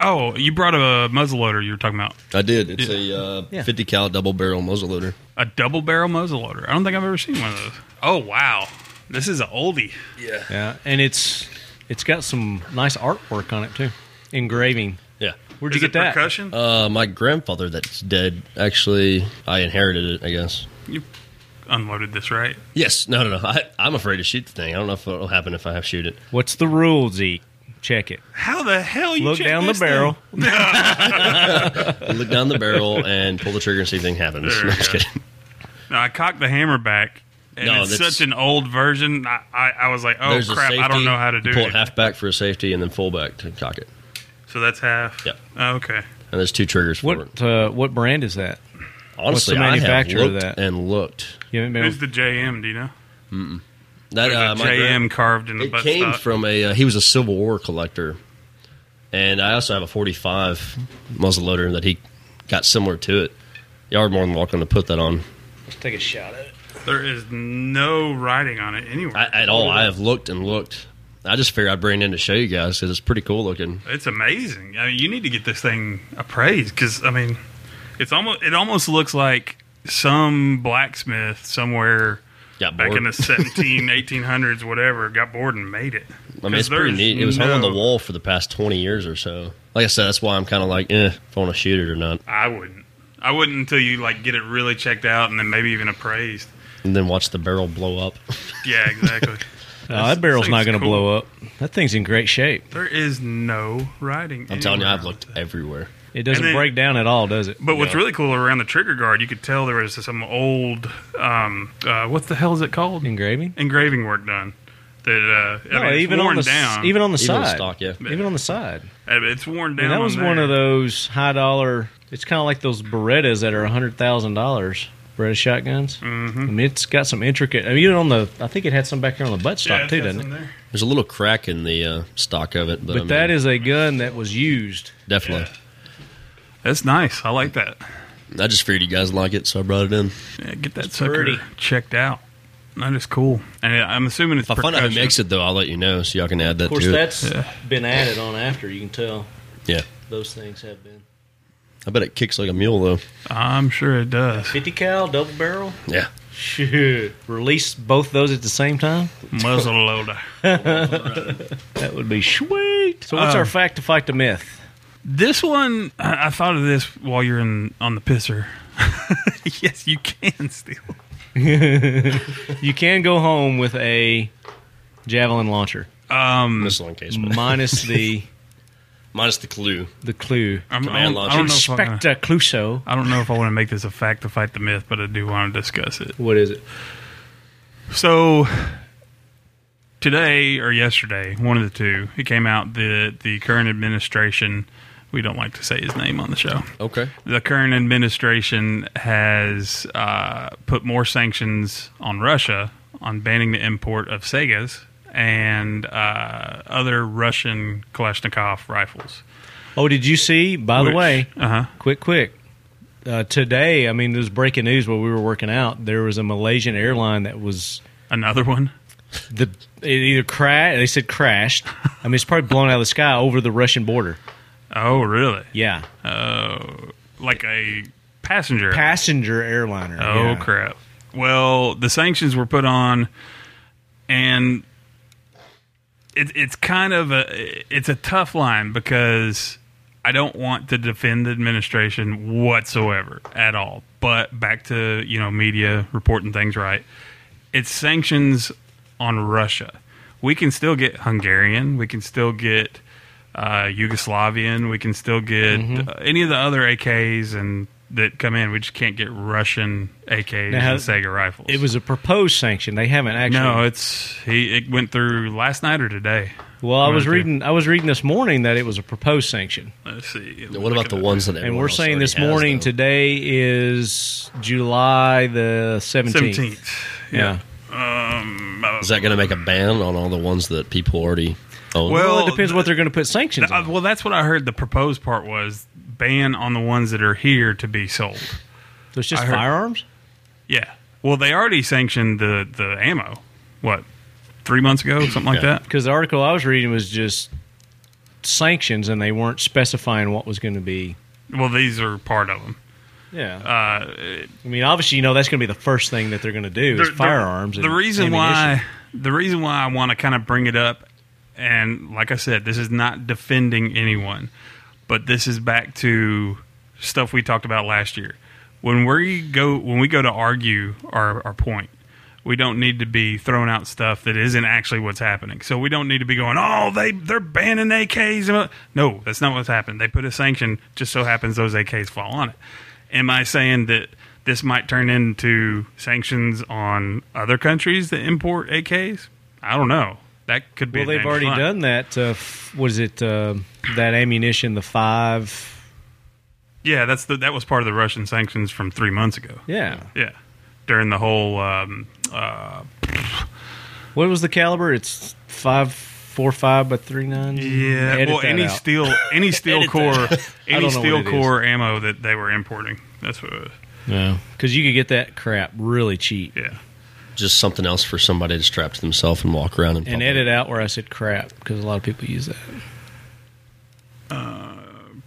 Oh, you brought a muzzleloader. You were talking about
I did. It's a uh,
Yeah.
50 cal double barrel muzzleloader.
a double barrel muzzleloader. I don't think I've ever seen one of those. Oh wow, this is an oldie.
Yeah.
Yeah, and it's it's got some nice artwork on it too, engraving.
Yeah.
Where'd
Is
you
it
get that?
percussion?
Uh, my grandfather that's dead, actually, I inherited it, I guess.
you unloaded this right?
Yes. No, no, no. I, I'm afraid to shoot the thing. I don't know if it'll happen if I have shoot it.
What's the rule, Zeke? Check it.
How the hell you
Look
check
down the
this thing?
barrel.
I look down the barrel and pull the trigger and see if anything happens.
There
No,
you
I'm just
go.
kidding.
No, I cocked the hammer back, and
No,
it's
that's-
such an old version. I, I, I was like, oh
There's a
crap, I don't
safety.
know how to do
You pull
it.
it half back for a safety and then full back to cock it.
so that's half.
Yeah.
Oh, okay.
And there's two triggers for it.
What uh, what brand is that?
Honestly,
the manufacturer
I
of
have looked
that?
and looked.
You haven't been
Who's the JM? Do you know?
That
There's
uh,
a
my grand-
JM carved in the
It
butt
came
stock.
from a uh, he was a Civil War collector, and I also have a 45 muzzleloader that he got similar to it. You are more than welcome to put that on
take a shot at it.
there is no writing on it anywhere
I, at all. I have looked and looked. I just figured I'd bring it in to show you guys because it's pretty cool looking.
It's amazing. I mean, you need to get this thing appraised because I mean, it's almost it almost looks like some blacksmith somewhere
Got
back in the
bored.
17, 1800s, whatever, got bored and made it.
I mean, it's pretty neat. It was hung on the wall for the past 20 years or so. Like I said, that's why I'm kind of like, eh, if I want to shoot it or not,
I wouldn't. I wouldn't until you like get it really checked out and then maybe even appraised.
and then watch the barrel blow up.
Yeah, exactly.
No, Oh, that barrel's
thing's
not going to
cool.
blow up. That thing's in great shape.
there is no writing.
I'm telling you,
anywhere
I've
on
looked
that.
everywhere.
It doesn't
And then-
break down at all, does it?
But what's really cool around the trigger guard, you could tell there was some old, um, uh, what the hell is it called?
engraving.
engraving work done. That uh, I
No,
mean, it's
even on
worn
the s-
down.
even on the
Even on
side,
stock, yeah.
even on the side.
Uh, it's worn
I mean,
down.
that was
on
one
there.
of those high dollar. It's kind of like those Berettas that are hundred thousand dollars. Beretta shotguns. Mm-hmm. I mean, it's got some intricate. I mean, even on the. I think it had some back here on the buttstock
Yeah, it's
too,
got
doesn't it?
some there.
There's a little crack in the uh, stock of it, but,
But
I mean,
that is a gun that was used.
definitely.
That's nice. I like that.
I just figured you guys like it, so I brought it in.
Yeah, get that sucker
pretty.
checked out. That is cool. And it- I'm assuming it's
If I find out who
percussion.
makes it, though, I'll let you know, so y'all can add that
Of course,
to
that's
Yeah.
been added on after. You can tell
it. Yeah,
those things have been.
I bet it kicks like a mule, though.
I'm sure it does.
50 cal double barrel.
Yeah,
Shoot, release both those at the same time.
Muzzle loader.
That would be sweet. So, what's
Um,
our fact to fight the myth?
This one, I I thought of this while you're in on the pisser. yes, you can steal.
You can go home with a javelin launcher,
Um,
missile encasement.
minus the Mm.
Minus the clue.
the clue.
I'm, I,
Command
don't, I
launcher.
don't know if I'm gonna-
Specta Cluso.
I don't know if I want to make this a fact to fight the myth, but I do want to discuss it.
What is it?
So today or yesterday, one of the two, it came out that the current administration. We don't like to say his name on the show.
Okay.
The current administration has uh, put more sanctions on Russia on banning the import of Segas and uh, other Russian Kalashnikov rifles.
Oh, did you see? By the way,
uh huh.
quick, quick. Uh, today, I mean, there was breaking news while we were working out. There was a Malaysian airline that was
Another one.
the it either crashed. They said crashed. I mean, it's probably blown out of the sky over the Russian border.
Oh, really?
Yeah,
Oh, like a passenger.
passenger airliner.
Oh
yeah.
crap! Well, the sanctions were put on, and it, it's kind of a it's a tough line because I don't want to defend the administration whatsoever at all. But back to you know media reporting things right. It's sanctions on Russia. We can still get Hungarian. We can still get uh, Yugoslavian. We can still get
Mm-hmm.
uh, any of the other AKs and that come in. We just can't get Russian AKs
Now,
and Sega rifles.
It was a proposed sanction. They haven't actually.
no, it's he. It went through last night or today.
well, I
one
was
or two.
reading. I was reading this morning that it was a proposed sanction,
Let's see.
What about the ones that?
and we're saying this morning.
to
Today is July the seventeenth.
seventeenth?
Yeah.
is that going to make a ban on all the ones that people already own?
Well,
Well, it depends what they're going to put sanctions
Uh,
on.
well, that's what I heard. The proposed part was ban on the ones that are here to be sold.
So it's just
heard-
firearms.
Yeah. Well, they already sanctioned the the ammo. What? three months ago, something like
Yeah.
that.
because the article I was reading was just sanctions, and they weren't specifying what was going to be.
Well, these are part of them.
Yeah, uh, I mean, obviously, you know that's going to be the first thing that they're going to do is
the- the-
firearms.
The,
and
reason why
ammunition.
the reason why I want to kind of bring it up, and like I said, this is not defending anyone, but this is back to stuff we talked about last year. When we go when we go to argue our, our point, we don't need to be throwing out stuff that isn't actually what's happening. So we don't need to be going, oh, they they're banning AKs. and what-" No, that's not what's happened. They put a sanction. Just so happens those AKs fall on it. Am I saying that this might turn into sanctions on other countries that import AKs? I don't know. That could be.
well,
a
they've
dangerous
already
line.
done that. Uh, f- was it uh, that ammunition? The five.
Yeah, that's the, that was part of the Russian sanctions from three months ago.
Yeah.
Yeah, during the whole um,
What was the caliber? It's five four five by three nine.
Yeah,
Edit
well,
that
any
out.
steel, any steel
Edit
core,
that. I don't know
any
what
steel
it is.
core ammo that they were importing. That's what. It was.
No, because you could get that crap really cheap.
Yeah,
Just something else for somebody to strap to themselves and walk around
And
in public.
edit out where I said crap because a lot of people use that.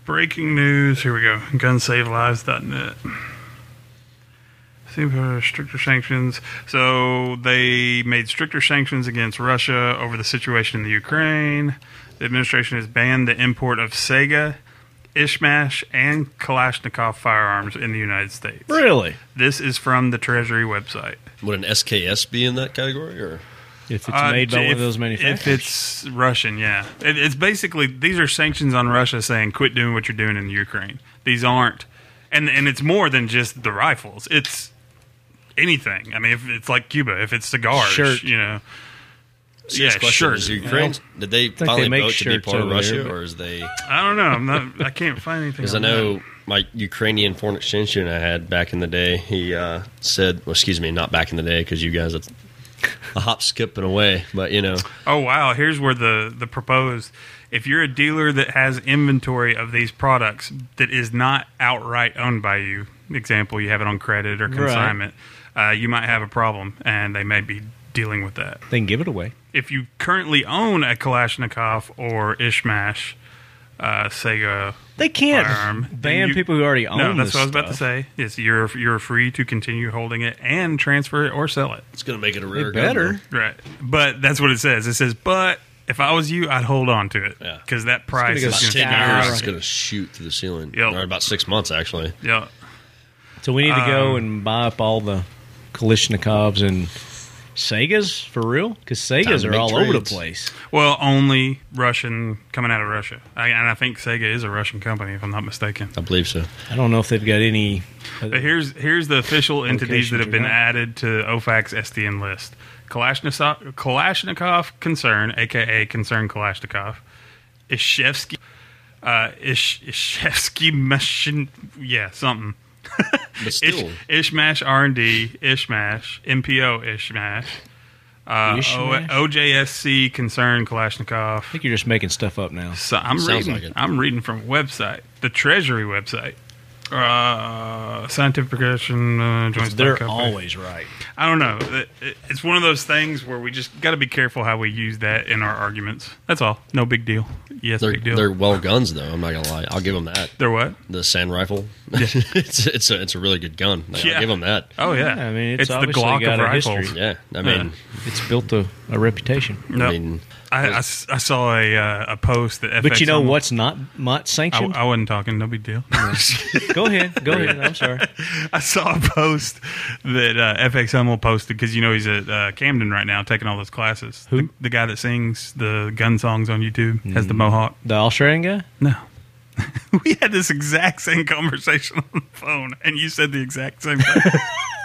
breaking news. Here we go. GunSaveLives.net. Seems there are stricter sanctions. So they made stricter sanctions against Russia over the situation in the Ukraine. The administration has banned the import of Sega, Ishmash, and Kalashnikov firearms in the United States.
Really?
This is from the Treasury website.
Would an SKS be in that category? Or
If it's
Uh,
made by one
if-
of those manufacturers.
If it's Russian, yeah. It, it's basically these are sanctions on Russia saying quit doing what you're doing in Ukraine. These aren't, and and it's more than just the rifles. It's anything. I mean, if it's like Cuba, if it's cigars,
Shirt.
you know,
Serious
yeah,
question,
sure.
Is Ukraine? Did they finally
they make
vote to be
shirts
part of
over
Russia,
there, but-
or is they?
I don't know. I'm not. I can't find anything.
Because I
on
know my Ukrainian foreign exchange student I had back in the day, he uh, said, well, excuse me, not back in the day, because you guys, that's a hop, skip, and away. But, you know,
Oh wow! Here's where the the proposed. If you're a dealer that has inventory of these products that is not outright owned by you, example, you have it on credit or consignment, uh, you might have a problem, and they may be dealing with that.
they can give it away.
If you currently own a Kalashnikov or Ishmash, uh, Sega
They can't
firearm, then
ban
you-
people who already own.
no, that's
this
what I was about to
stuff.
say. Is you're you're free to continue holding it and transfer it or sell it.
it's going to make it a rare gun,
Better.
Right. But that's what it says. It says, but if I was you, I'd hold on to it.
Yeah.
Because that price
go
is going
though.
to
stick
Ten
skyrocket.
Ah,
years,
right.
it's going to shoot through the ceiling.
Yep.
Or about six months, actually.
Yeah.
So we need to
Um,
go and buy up all the Kalishnikovs and Segas for real, because
Time
Segas
to
are
make
all over the
trades.
place.
Well, only Russian coming out of Russia. I, and I think Sega is a Russian company, if I'm not mistaken.
I believe so.
I don't know if they've got any.
Uh,
But here's here's the official entities
Locations
that have
or
been
not.
added to OFAC's SDN list: Kalashnikov, Kalashnikov Concern, aka Concern Kalashnikov, Ishevsky, uh, Ish, Ishevsky Machine, yeah, something.
But
Ish,
still,
Ishmash R and D, Ishmash, MPO Ishmash, uh,
oh,
Ishmash?
O- OJSC Concern Kalashnikov.
I think you're just making stuff up now.
So I'm
Sounds
reading.
like it.
I'm reading from a website, the Treasury website. Uh, scientific progression uh, joint
They're
stock company.
always right.
I don't know. It- it- It's one of those things where we just got to be careful how we use that in our arguments. That's all. No big deal. Yes,
they're,
big deal.
they're well guns, though. I'm not going to lie. I'll give them that.
They're what?
The sand rifle. it's, it's, a, it's a really good gun. Like,
Yeah.
I'll give them that.
Uh,
Oh yeah.
Yeah, I mean, it's
the
obviously
Glock
got
of
a
rifles.
history.
Yeah. I mean,
It's built a, a reputation.
No.
I mean,
I, I s- I saw a uh, a post that.
But you know
FXM
what's not not
I,
sanctioned?
I wasn't talking. No big deal.
go ahead, go ahead. I'm sorry.
I saw a post that uh, FX Hummel posted because you know he's at uh, Camden right now taking all those classes.
Who?
The, the guy that sings the gun songs on YouTube has the mohawk.
The Australian guy.
No. we had this exact same conversation on the phone, and you said the exact same thing.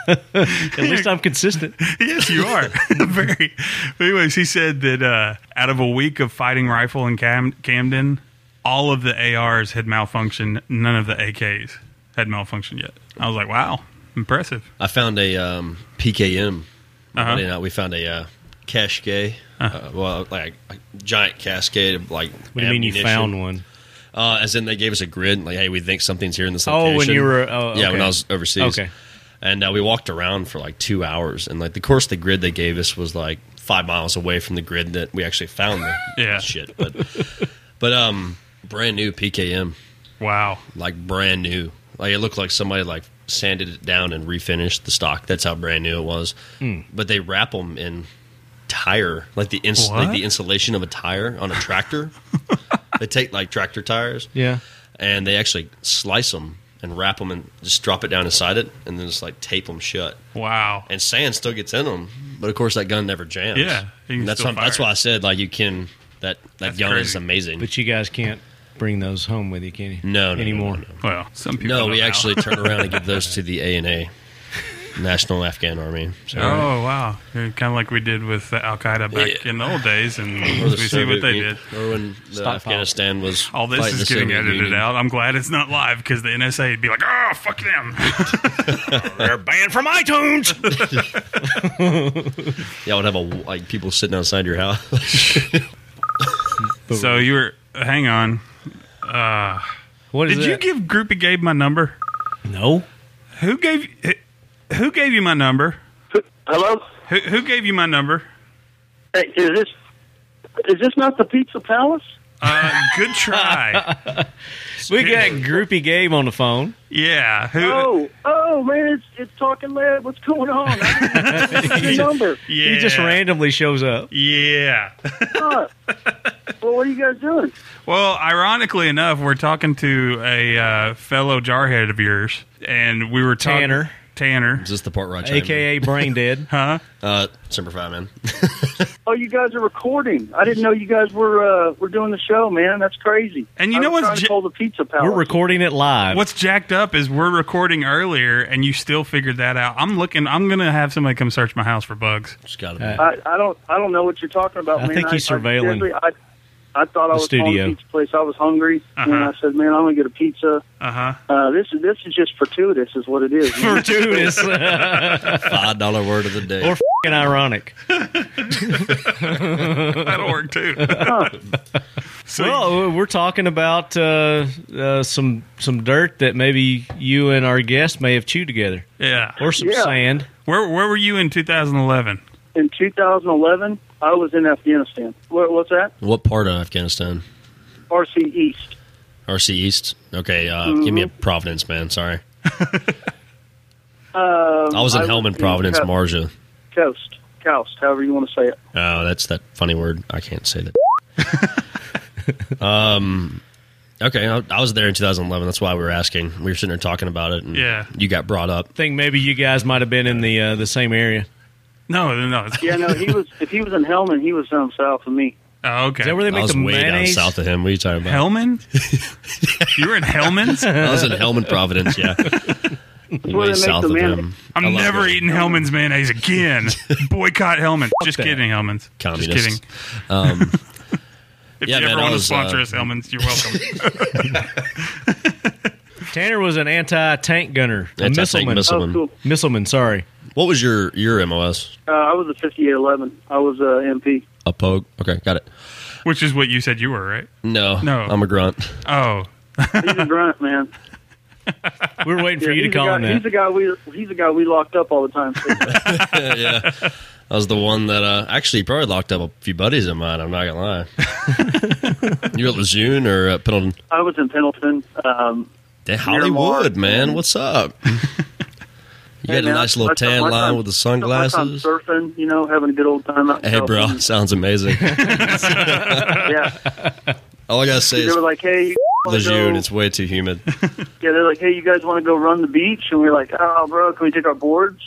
At least I'm consistent.
yes, you are. Very. But anyways, he said that uh, out of a week of fighting rifle in Cam- Camden, all of the ARs had malfunctioned. None of the AKs had malfunctioned yet. I was like, wow, impressive.
I found a um, PKM.
Uh-huh.
Buddy and I, we found a uh, cascade. Uh, well, like a giant cascade of like.
Uh-huh. What do you mean you
ammunition.
found one?
Uh, as in, they gave us a grid. Like, hey, we think something's here in this
Oh,
location.
when you were- oh,
yeah,
okay.
when I was overseas.
Okay.
And uh, we walked around for like two hours, and like the course, the grid they gave us was like five miles away from the grid that we actually found the
Yeah.
shit. But but um, brand new PKM,
Wow.
like brand new. Like it looked like somebody like sanded it down and refinished the stock. That's how brand new it was.
Hmm.
But they wrap them in tire, like the ins- like
What?
the insulation of a tire on a tractor. they take like tractor tires
Yeah.
and they actually slice them and wrap them and just drop it down inside it and then just like tape them shut.
Wow.
And sand still gets in them, but of course that gun never jams.
Yeah, you can
And that's
still
why, that's
fire it.
why I said like you can that that
That's
gun is
crazy.
amazing.
But you guys can't bring those home with you, can you?
No, no, no,
anymore.
no, no.
Well, some people.
no,
know
we
how.
actually turn around and give those to the A and A, National Afghan Army. So uh,
Oh wow! Kind of like we did with Al Qaeda back
Yeah.
in the old days, and
Or the
we see what
Soviet
they
Union-
did.
Or when the
Stockpile.
Afghanistan was
All this
fighting
is
the
getting
Soviet
edited
Union.
out. I'm glad it's not live because the NSA would be like, "Oh, fuck them."
They're banned from iTunes.
Y'all would have a like people sitting outside your house.
so you were. Hang on.
What is
Did you
that?
give Groupie Gabe my number?
no?
Who gave Who gave you my number?
Hello?
Who, who gave you my number?
Hey, is this is this not the Pizza Palace?
Uh, good try.
We got Groupie Gabe on the phone.
Yeah. Who?
Oh, oh man, it's it's talking loud. What's going on? I didn't get your number.
Yeah.
He just randomly shows up.
Yeah.
Huh. Well, what are you guys doing?
Well, ironically enough, we're talking to a uh, fellow jarhead of yours, and we were talking
Tanner.
Tanner.
is this the part where I chime in?
AKA Brain Dead.
Huh?
uh, Semper Fi man?
Oh, you guys are recording. I didn't know you guys were uh, were doing the show, man. That's crazy.
And you
I
know
was
what's
trying to
j-
call the Pizza Palace.
We're recording it live.
What's jacked up is we're recording earlier, and you still figured that out. I'm looking. I'm gonna have somebody come search my house for bugs.
Just gotta be.
Uh,
I, I don't I don't know what you're talking about.
I
man.
think he's surveilling
I, I, I thought I was calling
studio.
a pizza place. I was hungry, and
Uh-huh.
I said, "Man, I'm gonna get a pizza."
Uh huh.
Uh, this is this is just fortuitous, is what it is. man.
fortuitous
Five dollar word of the day.
or uh, f***ing ironic?
That'll work too. so
Well, we're talking about uh, uh, some some dirt that maybe you and our guest may have chewed together,
yeah.
or some
Yeah.
sand.
Where where were you in 2011?
in 2011, I was in Afghanistan. What, what's that?
what part of Afghanistan?
RC East.
RC East. Okay, uh, give me
Mm-hmm.
a Providence, man. Sorry,
Um,
I was in Helmand, Providence,
Co-
Marja.
Coast, Coast, however you want to say it.
Oh, that's that funny word. I can't say that. um, okay, I, I was there in 2011. That's why we were asking. We were sitting there talking about it. And
Yeah.
you got brought up.
Think maybe you guys might have been in the uh, the same area.
No, no, no. it's-
Yeah, no, he was. if he was in Helmand, he was down south of me.
Oh, okay.
Is that where they
I
make
was
the
way
mayonnaise?
down south of him. What are you talking about?
Hellman? you were in Hellman's?
I was in Helmand, Providence. Yeah,
where
way
they make
south
the
of
mayonnaise.
him. I
I'm
love
never
it.
eating Hellman's mayonnaise again. Boycott Hellman. Just
that.
kidding, Hellman's. Just
Communists.
kidding.
Um,
If
Yeah,
you
man,
ever
I
want
was,
to sponsor
uh,
us, Hellman's, you're welcome.
Tanner was an anti tank gunner, a
Anti-tank
missileman.
missile-
Oh,
Someone-
cool.
Missileman, sorry.
What was your your MOS?
Uh, I was a 5811. I was uh, MP.
A pogue. Okay, got it.
Which is what you said you were, right?
No,
No.
I'm a grunt.
Oh,
He's a grunt, man.
We were waiting for you
Yeah,
to
he's a
call
guy,
him
He's the
that.
guy we. He's the guy we locked up all the time.
yeah. I was the one that uh, actually probably locked up a few buddies of mine. I'm not gonna lie. you at Lejeune or uh, Pendleton?
I was in Pendleton. Um,
Damn, Hollywood,
Mars,
man.
man.
What's up? You
hey,
got a
man,
nice little
I spent
tan
my
line
time-
with the
spent my time
sunglasses.
surfing, you know, having a good old time. Out in
Hey, bro,
California.
sounds amazing.
Yeah.
All I gotta say
They
is
were like, "Hey, you wanna
Lejeune.
go-
It's way too humid.
Yeah, they're like, hey, you guys want to go run the beach? And we are like, oh, bro, can we take our boards?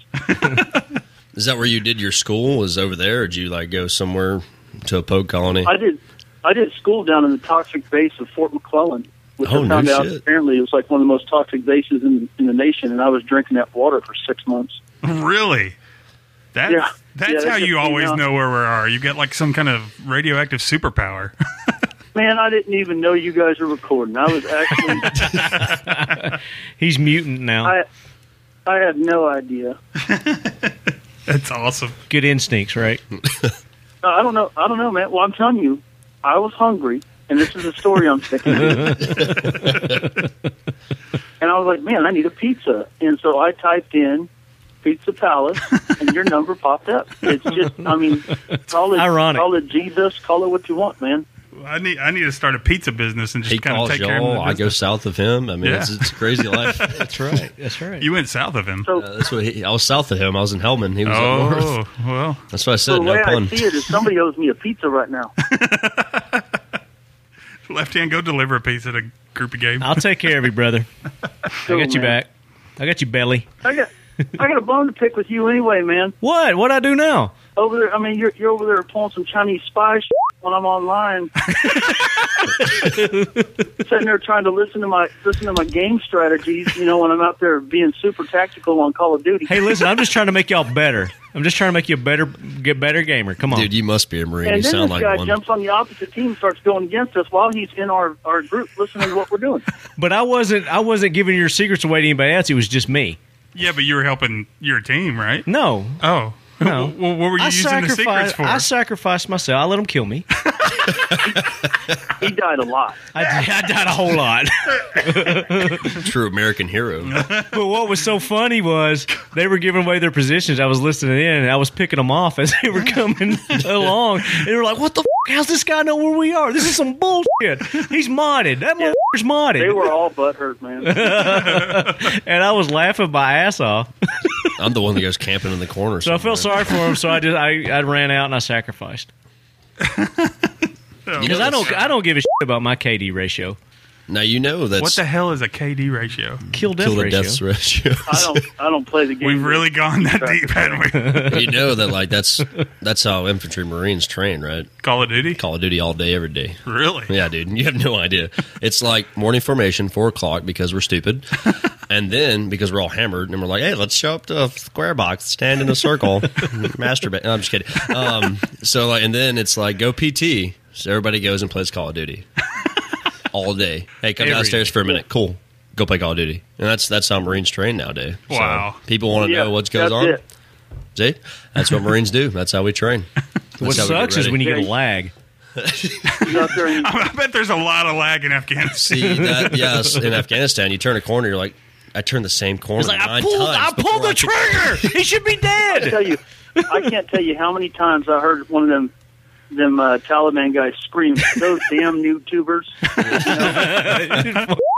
Is that where you did your school? Was over there? Or did you like go somewhere to a pogue colony?
I did, I did school down in the toxic base of Fort McClellan, which
Oh,
I found
no
out
shit.
apparently it was like one of the most toxic bases in, in the nation, and I was drinking that water for six months.
really? That's,
Yeah. Yeah,
that's
that
how
just
you
came
always
out.
know where we are. You got like some kind of radioactive superpower.
Man, I didn't even know you guys were recording. I was actually,
He's mutant now.
I, I had no idea.
that's awesome.
Good instincts, right?
No, I don't know. I don't know, man. Well, I'm telling you, I was hungry, and this is the story I'm sticking to. and I was like, man, I need a pizza. And so I typed in Pizza Palace, and your number popped up. It's just, I mean, call it
ironic.
call it Jesus, call it what you want, man.
I need I need to start a pizza business and
He
just kind of
calls
take care of
y'all.
the
I go
business.
south of him. I mean,
Yeah.
it's, it's a crazy life.
That's right. That's right.
You went south of him.
So
Uh, that's what he, I was south of him. I was in Hellman. He was up
oh
north.
well,
That's what I said.
the way
No
I
pun.
see it is somebody owes me a pizza right now.
left hand go deliver a pizza to groupie Gabe.
I'll take care of you, brother. I got you
man.
back. I got you, belly.
I got I got a bone to pick with you anyway, man.
What? What I do now?
Over there, I mean, you're you're over there pulling some Chinese spy shit when I'm online, sitting there trying to listen to my listen to my game strategies. You know, when I'm out there being super tactical on Call of Duty.
Hey, listen, I'm just trying to make y'all better. I'm just trying to make you a better, get better gamer. Come on.
Dude, you must be a Marine.
and
you
then
sound
this guy
like one.
jumps on the opposite team, starts going against us while he's in our, our group listening to what we're doing.
but I wasn't. I wasn't giving your secrets away to anybody else. It was just me.
yeah, but you were helping your team, right?
Hmm?
No.
Oh,
No.
well, what were you
I
using the secrets
sacrificed.
for?
I sacrificed myself. I let them kill me.
He died a lot.
I, did- I died a whole lot.
True American hero.
But what was so funny was they were giving away their positions. I was listening in and I was picking them off as they were coming along. And they were like, what the f? How's this guy know where we are? This is some bullshit. He's modded. That motherfucker's
They
modded.
were all butthurt, man.
and I was laughing my ass off.
I'm the one that goes camping in the corner.
So I felt sorry for him. So I just I, I ran out and I sacrificed
Oh,
because I don't I don't give a shit about my KD ratio.
Now you know that's
What the hell is a KD ratio?
Kill death
kill the
ratio.
deaths ratio.
I don't I don't play the game.
We've really gone that
Traffic
deep, haven't we?
you know that like that's that's how infantry Marines train, right?
Call of Duty.
Call of Duty all day, every day.
Really?
Yeah, dude, you have no idea. It's like morning formation, four o'clock, because we're stupid, and then because we're all hammered, and we're like, "Hey, let's show up to a square box, stand in a circle, masturbate." No, I'm just kidding. Um, so, like, and then it's like, "Go PT." So everybody goes and plays Call of Duty all day. Hey, come
Every
downstairs for a minute. Cool. Go play Call of Duty, and that's that's how Marines train nowadays. So
Wow.
people want to
Yeah,
know what goes
that's
on.
it.
See, that's what Marines do. That's how we train. That's
What
how we get
sucks is
ready.
when you
Yeah,
get a
you-
lag.
He's out there and
I bet there's a lot of lag in Afghanistan.
See that? Yes, in Afghanistan, you turn a corner, you're like, I turned the same corner.
It's like I
nine
pulled I
times
pulled
before
the
could-
trigger. he should be
I
dead.
tell you, I can't tell you how many times I heard one of them them uh, Taliban guys scream, "Those damn new tubers!"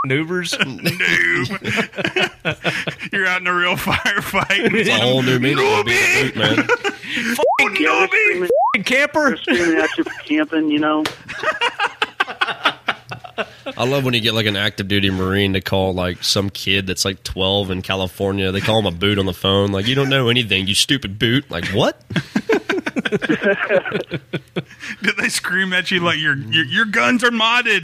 Maneuvers.
Noob. You're out in a real
It's
firefight.
a whole new meaning of being a
Newbie!
boot, man.
Yeah, they're
Newbie!
screaming,
camper.
they're screaming at you for camping. You know,
I love when you get like an active duty Marine to call like some kid that's like 12 in California. They call him a boot on the phone. Like, you don't know anything, you stupid boot. Like, what?
Did they scream at you like your your, your guns are modded?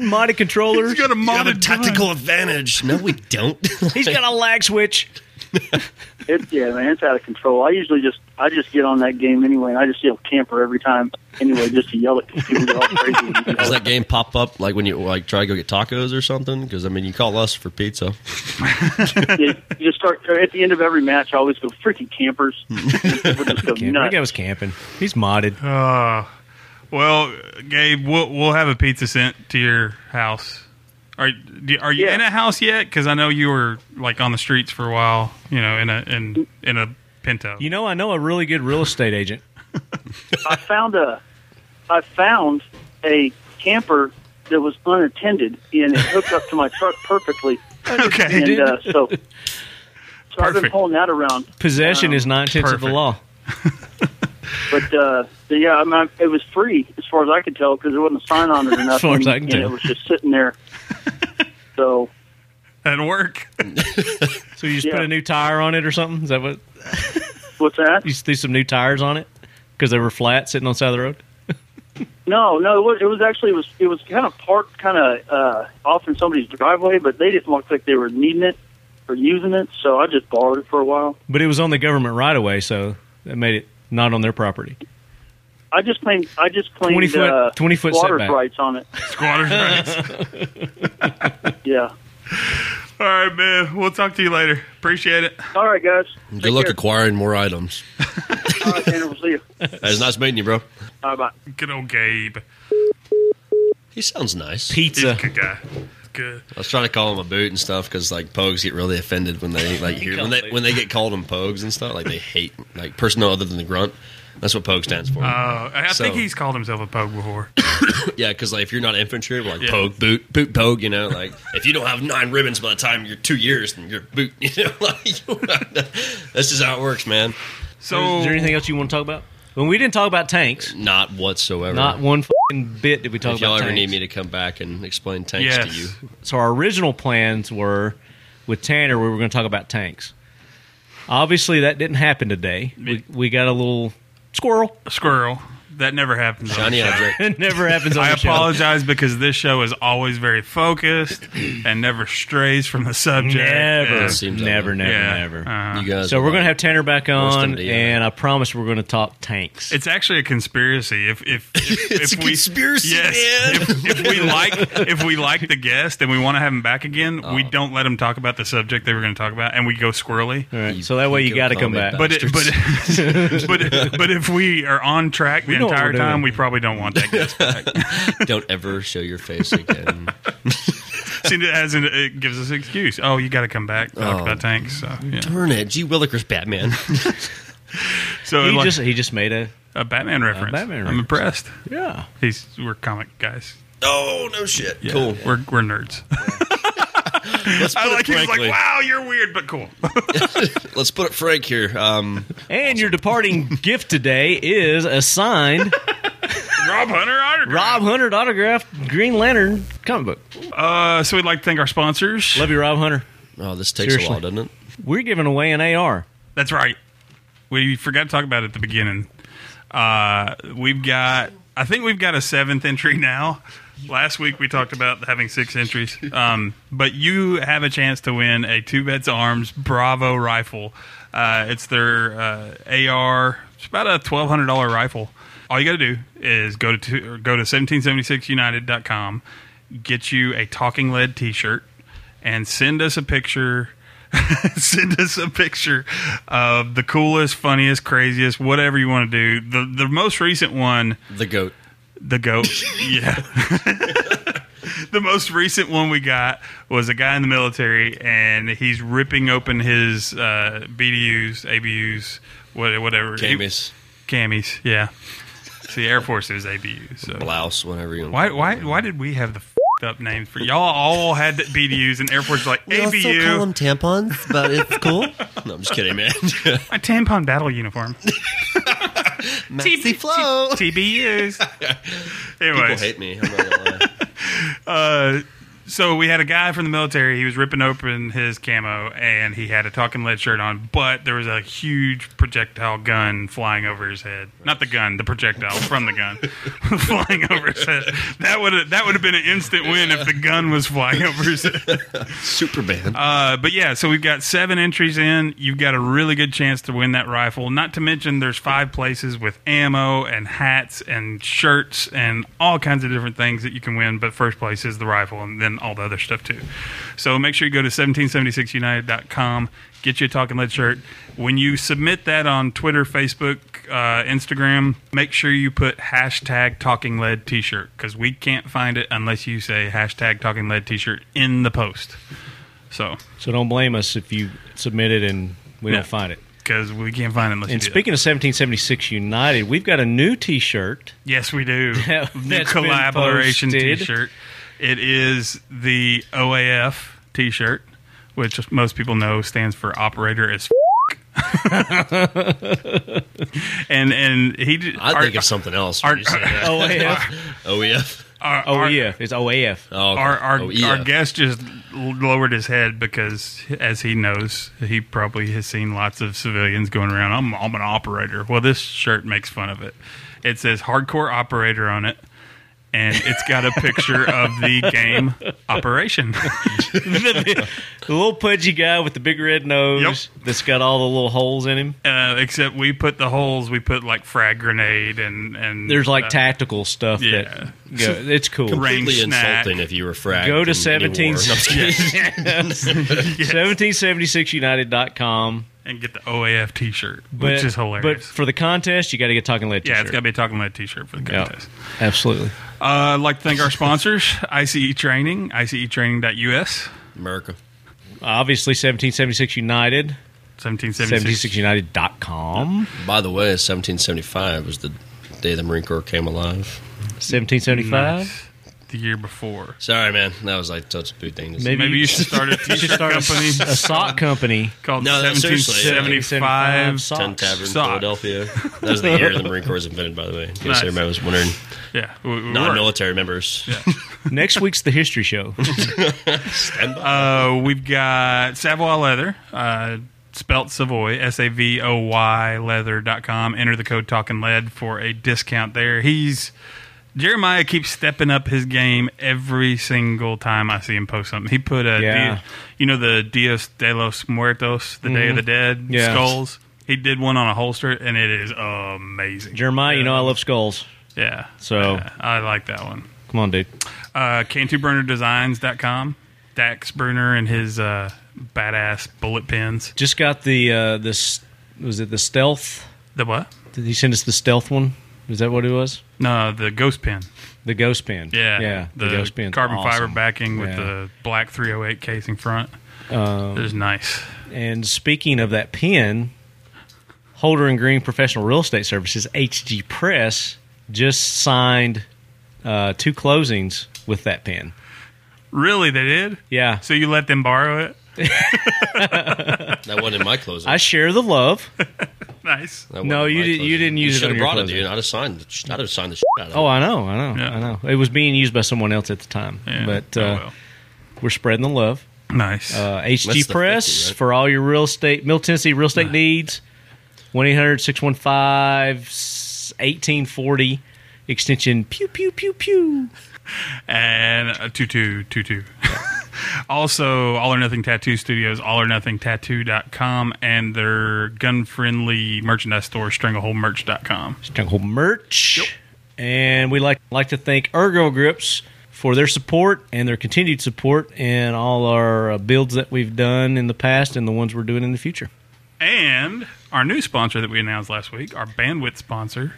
Mighty controller.
He's got a modded
You have a
gun.
tactical advantage. No, we don't.
He's got a lag switch.
it's yeah, man, it's out of control. I usually just I just get on that game anyway, and I just yell camper every time anyway, just to yell at people. They're all crazy.
Does that game pop up like when you like try to go get tacos or something? Because I mean, you call us for pizza.
You, you just start uh, at the end of every match. I always go freaking campers. People just
Camper.
go
That guy
nuts.
was camping. He's modded.
Uh, well, Gabe, we'll we'll have a pizza sent to your house. Are do, are you
Yeah.
in a house yet? Because I know you were like on the streets for a while. You know, in a in in a Pinto.
You know, I know a really good real estate agent.
I found a I found a camper that was unattended and it hooked up to my truck perfectly.
okay.
And uh, so, so I've been
Perfect.
pulling that around.
Possession
Um,
is nine tenths of the
perfect.
law.
But uh, but yeah, I mean, I- it was free as far as I could tell because there wasn't a sign on it or nothing.
As far as I can
and
tell.
it was just sitting there. So
That'd work.
So you just put
Yeah.
a new tire on it or something? Is that what?
what's that?
You just threw some new tires on it because they were flat sitting on the side of the road.
No, no, it was, it was actually it was it was kind of parked kind of uh, off in somebody's driveway, but they didn't look like they were needing it or using it. So I just borrowed it for a while.
But it was on the government right away, so that made it not on their property.
I just claimed I just claimed
20 foot-
uh,
20 foot
water
setback.
rights on it.
Squatters rights.
Yeah.
All right, man. We'll talk to you later. Appreciate it.
All right, guys.
Good luck acquiring more items.
All right, Daniel, we'll see you.
It's nice meeting you, bro.
All right, bye.
Good old Gabe.
He sounds nice.
He's a
Pizza.
good guy. good.
I was trying to call him a boot and stuff because like pogs get really offended when they like hear when they when they get called them pogs and stuff. Like they hate like person no other than the grunt. That's what pogue stands for.
Uh, I I
So-
think he's called himself a pogue before.
yeah, because like if you're not infantry, we're like
Yeah.
pogue boot boot pogue. You know, like if you don't have nine ribbons by the time you're two years, then you're boot. You know, like you don't know. that's just how it works, man.
So
Is there anything else you want to talk about? When we didn't talk about tanks,
Not whatsoever.
not one fucking bit did we talk
if y'all
about
ever
tanks.
need me to come back and explain tanks to
Yes.
you,
so our original plans were with Tanner we were going to talk about tanks. Obviously, that didn't happen today. We, we got a little squirrel.
squirrel that never happens. on
Johnny
the show.
object.
It never happens. On
I
the show.
apologize because this show is always very focused and never strays from the subject.
Never,
And-
seems like
never,
that.
never,
yeah,
never.
uh-huh.
You guys,
so
are
we're going to have
like-
Tanner back on,
to you.
and I promise we're going to talk tanks.
It's actually a conspiracy. If if, if
It's
if
a conspiracy, man.
yes, if, if we like if we like the guest and we want to have him back again, we
Oh.
don't let him talk about the subject they were going to talk about, and we go squirrely.
All right, so that way you
go
got to come back.
comment back.
But it, but but but if we are on track the
know what
entire
we're doing.
time, we probably don't want that guest.
don't ever show your face again.
See, as in, it gives us an excuse. Oh, you got to come back talk about tanks. So, yeah.
Turn it, Gee Willikers, Batman.
so
he
like,
just he just made a
a Batman reference.
Batman
I'm
reference.
impressed.
yeah.
He's we're comic guys.
oh no, shit.
Yeah.
Cool.
We're we're nerds.
Let's put
I
it
like he was like,
frankly.
wow, you're weird, but cool.
Let's put it frank here. Um,
And your departing gift today is a signed
Rob Hunter autograph.
Rob Hunter autographed Green Lantern comic book.
Uh, so we'd like to thank our sponsors.
Love you, Rob Hunter.
oh, this takes
Seriously.
a while, doesn't it?
We're giving away an AR.
That's right. We forgot to talk about it at the beginning. Uh, we've got, I think we've got a seventh entry now. Last week we talked about having six entries, um, but you have a chance to win a Two Bets Arms Bravo rifle. Uh, it's their uh, AR. It's about a twelve hundred dollar rifle. All you got to do is go to two, or go to seventeen seventy six united.com, get you a Talking Lead T shirt, and send us a picture send us a picture of the coolest, funniest, craziest, whatever you want to do. The the most recent one,
The goat.
the goat. yeah. the most recent one we got was a guy in the military, and he's ripping open his uh, BDUs, ABUs, what- whatever.
Camis.
Camis, yeah. It's the Air Force's ABUs. So.
Blouse, whatever you want.
Why, why, why did we have the f***ed up names for y'all? All had BDUs, and Air Force was like ABU.
tampons, but it's cool. no, I'm just kidding, man.
My tampon battle uniform.
Maxi flow.
TBUs.
People
Anyways,
hate me. I'm not gonna lie.
uh, so we had a guy from the military. He was ripping open his camo, and he had a talking lead shirt on, but there was a huge projectile gun flying over his head. Not the gun, the projectile from the gun flying over his head. That would that would have been an instant win if the gun was flying over his head.
Superman.
Uh, but yeah, so we've got seven entries in. You've got a really good chance to win that rifle. Not to mention, there's five places with ammo and hats and shirts and all kinds of different things that you can win. But first place is the rifle, and then all the other stuff too. So make sure you go to 1776united.com, get you a talking lead shirt. When you submit that on Twitter, Facebook, uh, Instagram, make sure you put hashtag talking lead t shirt because we can't find it unless you say hashtag talking lead t shirt in the post. So
So don't blame us if you submit it and we
No.
don't find it.
because we can't find it unless.
And
you do.
speaking of 1776 United, we've got a new T-shirt.
yes, we do.
That's
New
been
collaboration
posted.
T-shirt. It is the OAF T-shirt, which most people know stands for Operator as. F- and and he. did-
I
our-
think of something else when
our-
you say that.
Oh, OAF.
OEF.
our- our-
OEF. It's OAF.
Oh, okay.
Our our,
OEF.
our guest just l- lowered his head because, as he knows, he probably has seen lots of civilians going around. I'm I'm an operator. Well, this shirt makes fun of it. It says "hardcore operator" on it, and it's got a picture of the game Operation.
the little pudgy guy with the big red nose that's got all the little holes in him.
uh, except we put the holes. We put like frag grenade and and
There's like
uh,
tactical stuff
yeah.
that go, it's cool.
Range
Completely
snack.
insulting if you were fragged.
Go to
in any
17.
war. No, I'm just kidding.
1776united.com.
and get the OAF T-shirt,
But,
which is hilarious.
But for the contest, you got to get talking lead.
yeah,
T-shirt.
it's got to be a talking lead T-shirt for the
Yeah,
contest.
absolutely.
Uh, I'd like to thank our sponsors, ICE Training, ICETraining.us,
America.
Obviously, 1776 United,
1776.
76united.com,
By the way, 1775 was the day the Marine Corps came alive.
1775.
Nice. The year before.
Sorry, man. That was like such a big thing. to say.
Maybe-
Maybe you should start a
You
t-shirt
should start a,
company
a sock company.
called
No, that's seriously-
1775.
1775 socks.
10 Tavern,
Socks.
Philadelphia. That was the year the Marine Corps was invented, by the way. In case
Nice.
everybody was wondering.
Yeah, we- we
Non
were.
military members.
Next week's the history show.
Stand by.
Uh, we've got Savoy Leather, uh, spelt Savoy, S A V O Y leather.com. Enter the code Talking Lead for a discount there. He's Jeremiah keeps stepping up his game every single time I see him post something. He put a,
Yeah.
Dia- you know, the Dios de los Muertos, the Day of the Dead
Yeah.
skulls. He did one on a holster, and it is amazing.
Jeremiah, you know I love skulls.
yeah.
So-
Yeah, I like that one
Come on, dude.
uh, cantubernerdesigns.com. Dax Bruner and his uh, badass bullet pins.
Just got the uh, this was it the stealth?
The what?
Did he send us the stealth one? Is that what it was?
No, the ghost pin.
The ghost pen.
Yeah,
yeah.
The,
ghost pen's
carbon fiber
awesome.
backing with
Yeah. Um,
the black 308 casing front. it was nice.
And speaking of that pen, Holder and Green Professional Real Estate Services (HG Press) just signed uh, two closings with that pen.
Really, they did.
Yeah,
So you let them borrow it?
that wasn't in my closet.
I share the love.
Nice.
That wasn't
No,
in
you
my
did. You
closet.
didn't use
you
it.
should
on
have
your
brought it,
closet.
dude. I'd have signed. the- I'd have signed the shit out of
Oh,
it.
I know, I know,
Yeah.
I know. It was being used by someone else at the time,
Yeah.
but uh,
Oh, well.
we're spreading the love.
nice.
Uh, HG
the
Press
50, right?
for all your real estate, Middle Tennessee real estate needs. 1 800 615 1840, extension pew, pew, pew, pew.
and a tutu tutu. also, All or Nothing Tattoo Studios, allornothingtattoo.com, and their gun friendly merchandise store, strangleholdmerch.com.
Stronghold merch. And we like like to thank Ergo Grips for their support and their continued support and all our uh, builds that we've done in the past and the ones we're doing in the future.
And our new sponsor that we announced last week, our bandwidth sponsor,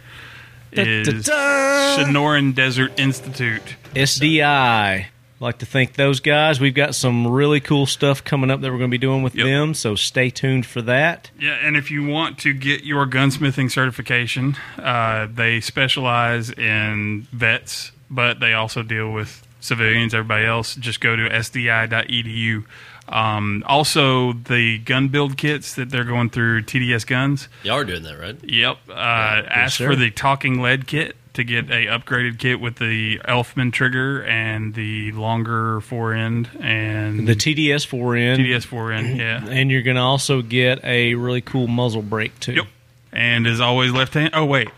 is
Da-da-da.
Sonoran Desert Institute.
SDI. Like to thank those guys. We've got some really cool stuff coming up that we're going to be doing with
Yep.
them, so stay tuned for that.
Yeah, and if you want to get your gunsmithing certification, uh, they specialize in vets, but they also deal with civilians, everybody else. Just go to sdi.edu. E Um, also, the gun build kits that they're going through TDS Guns.
Y'all are doing that, right?
Yep. Uh, ask
sir.
for the talking lead kit to get a upgraded kit with the Elfman trigger and the longer fore end and
The TDS 4N.
TDS fore end. Yeah.
And you're going to also get a really cool muzzle brake, too.
Yep. And as always, left hand. Oh wait.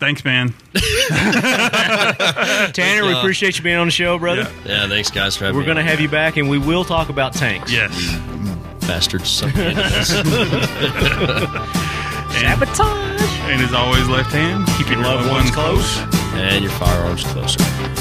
Thanks, man.
Tanner,
uh,
we appreciate you being on the show, brother.
Yeah, thanks, guys, for having
We're
me.
going to have you back, and we will talk about tanks.
Yes.
to bastards. Suck me into this.
Sabotage.
And as always, left hand. Keep your loved ones close.
and your firearms closer.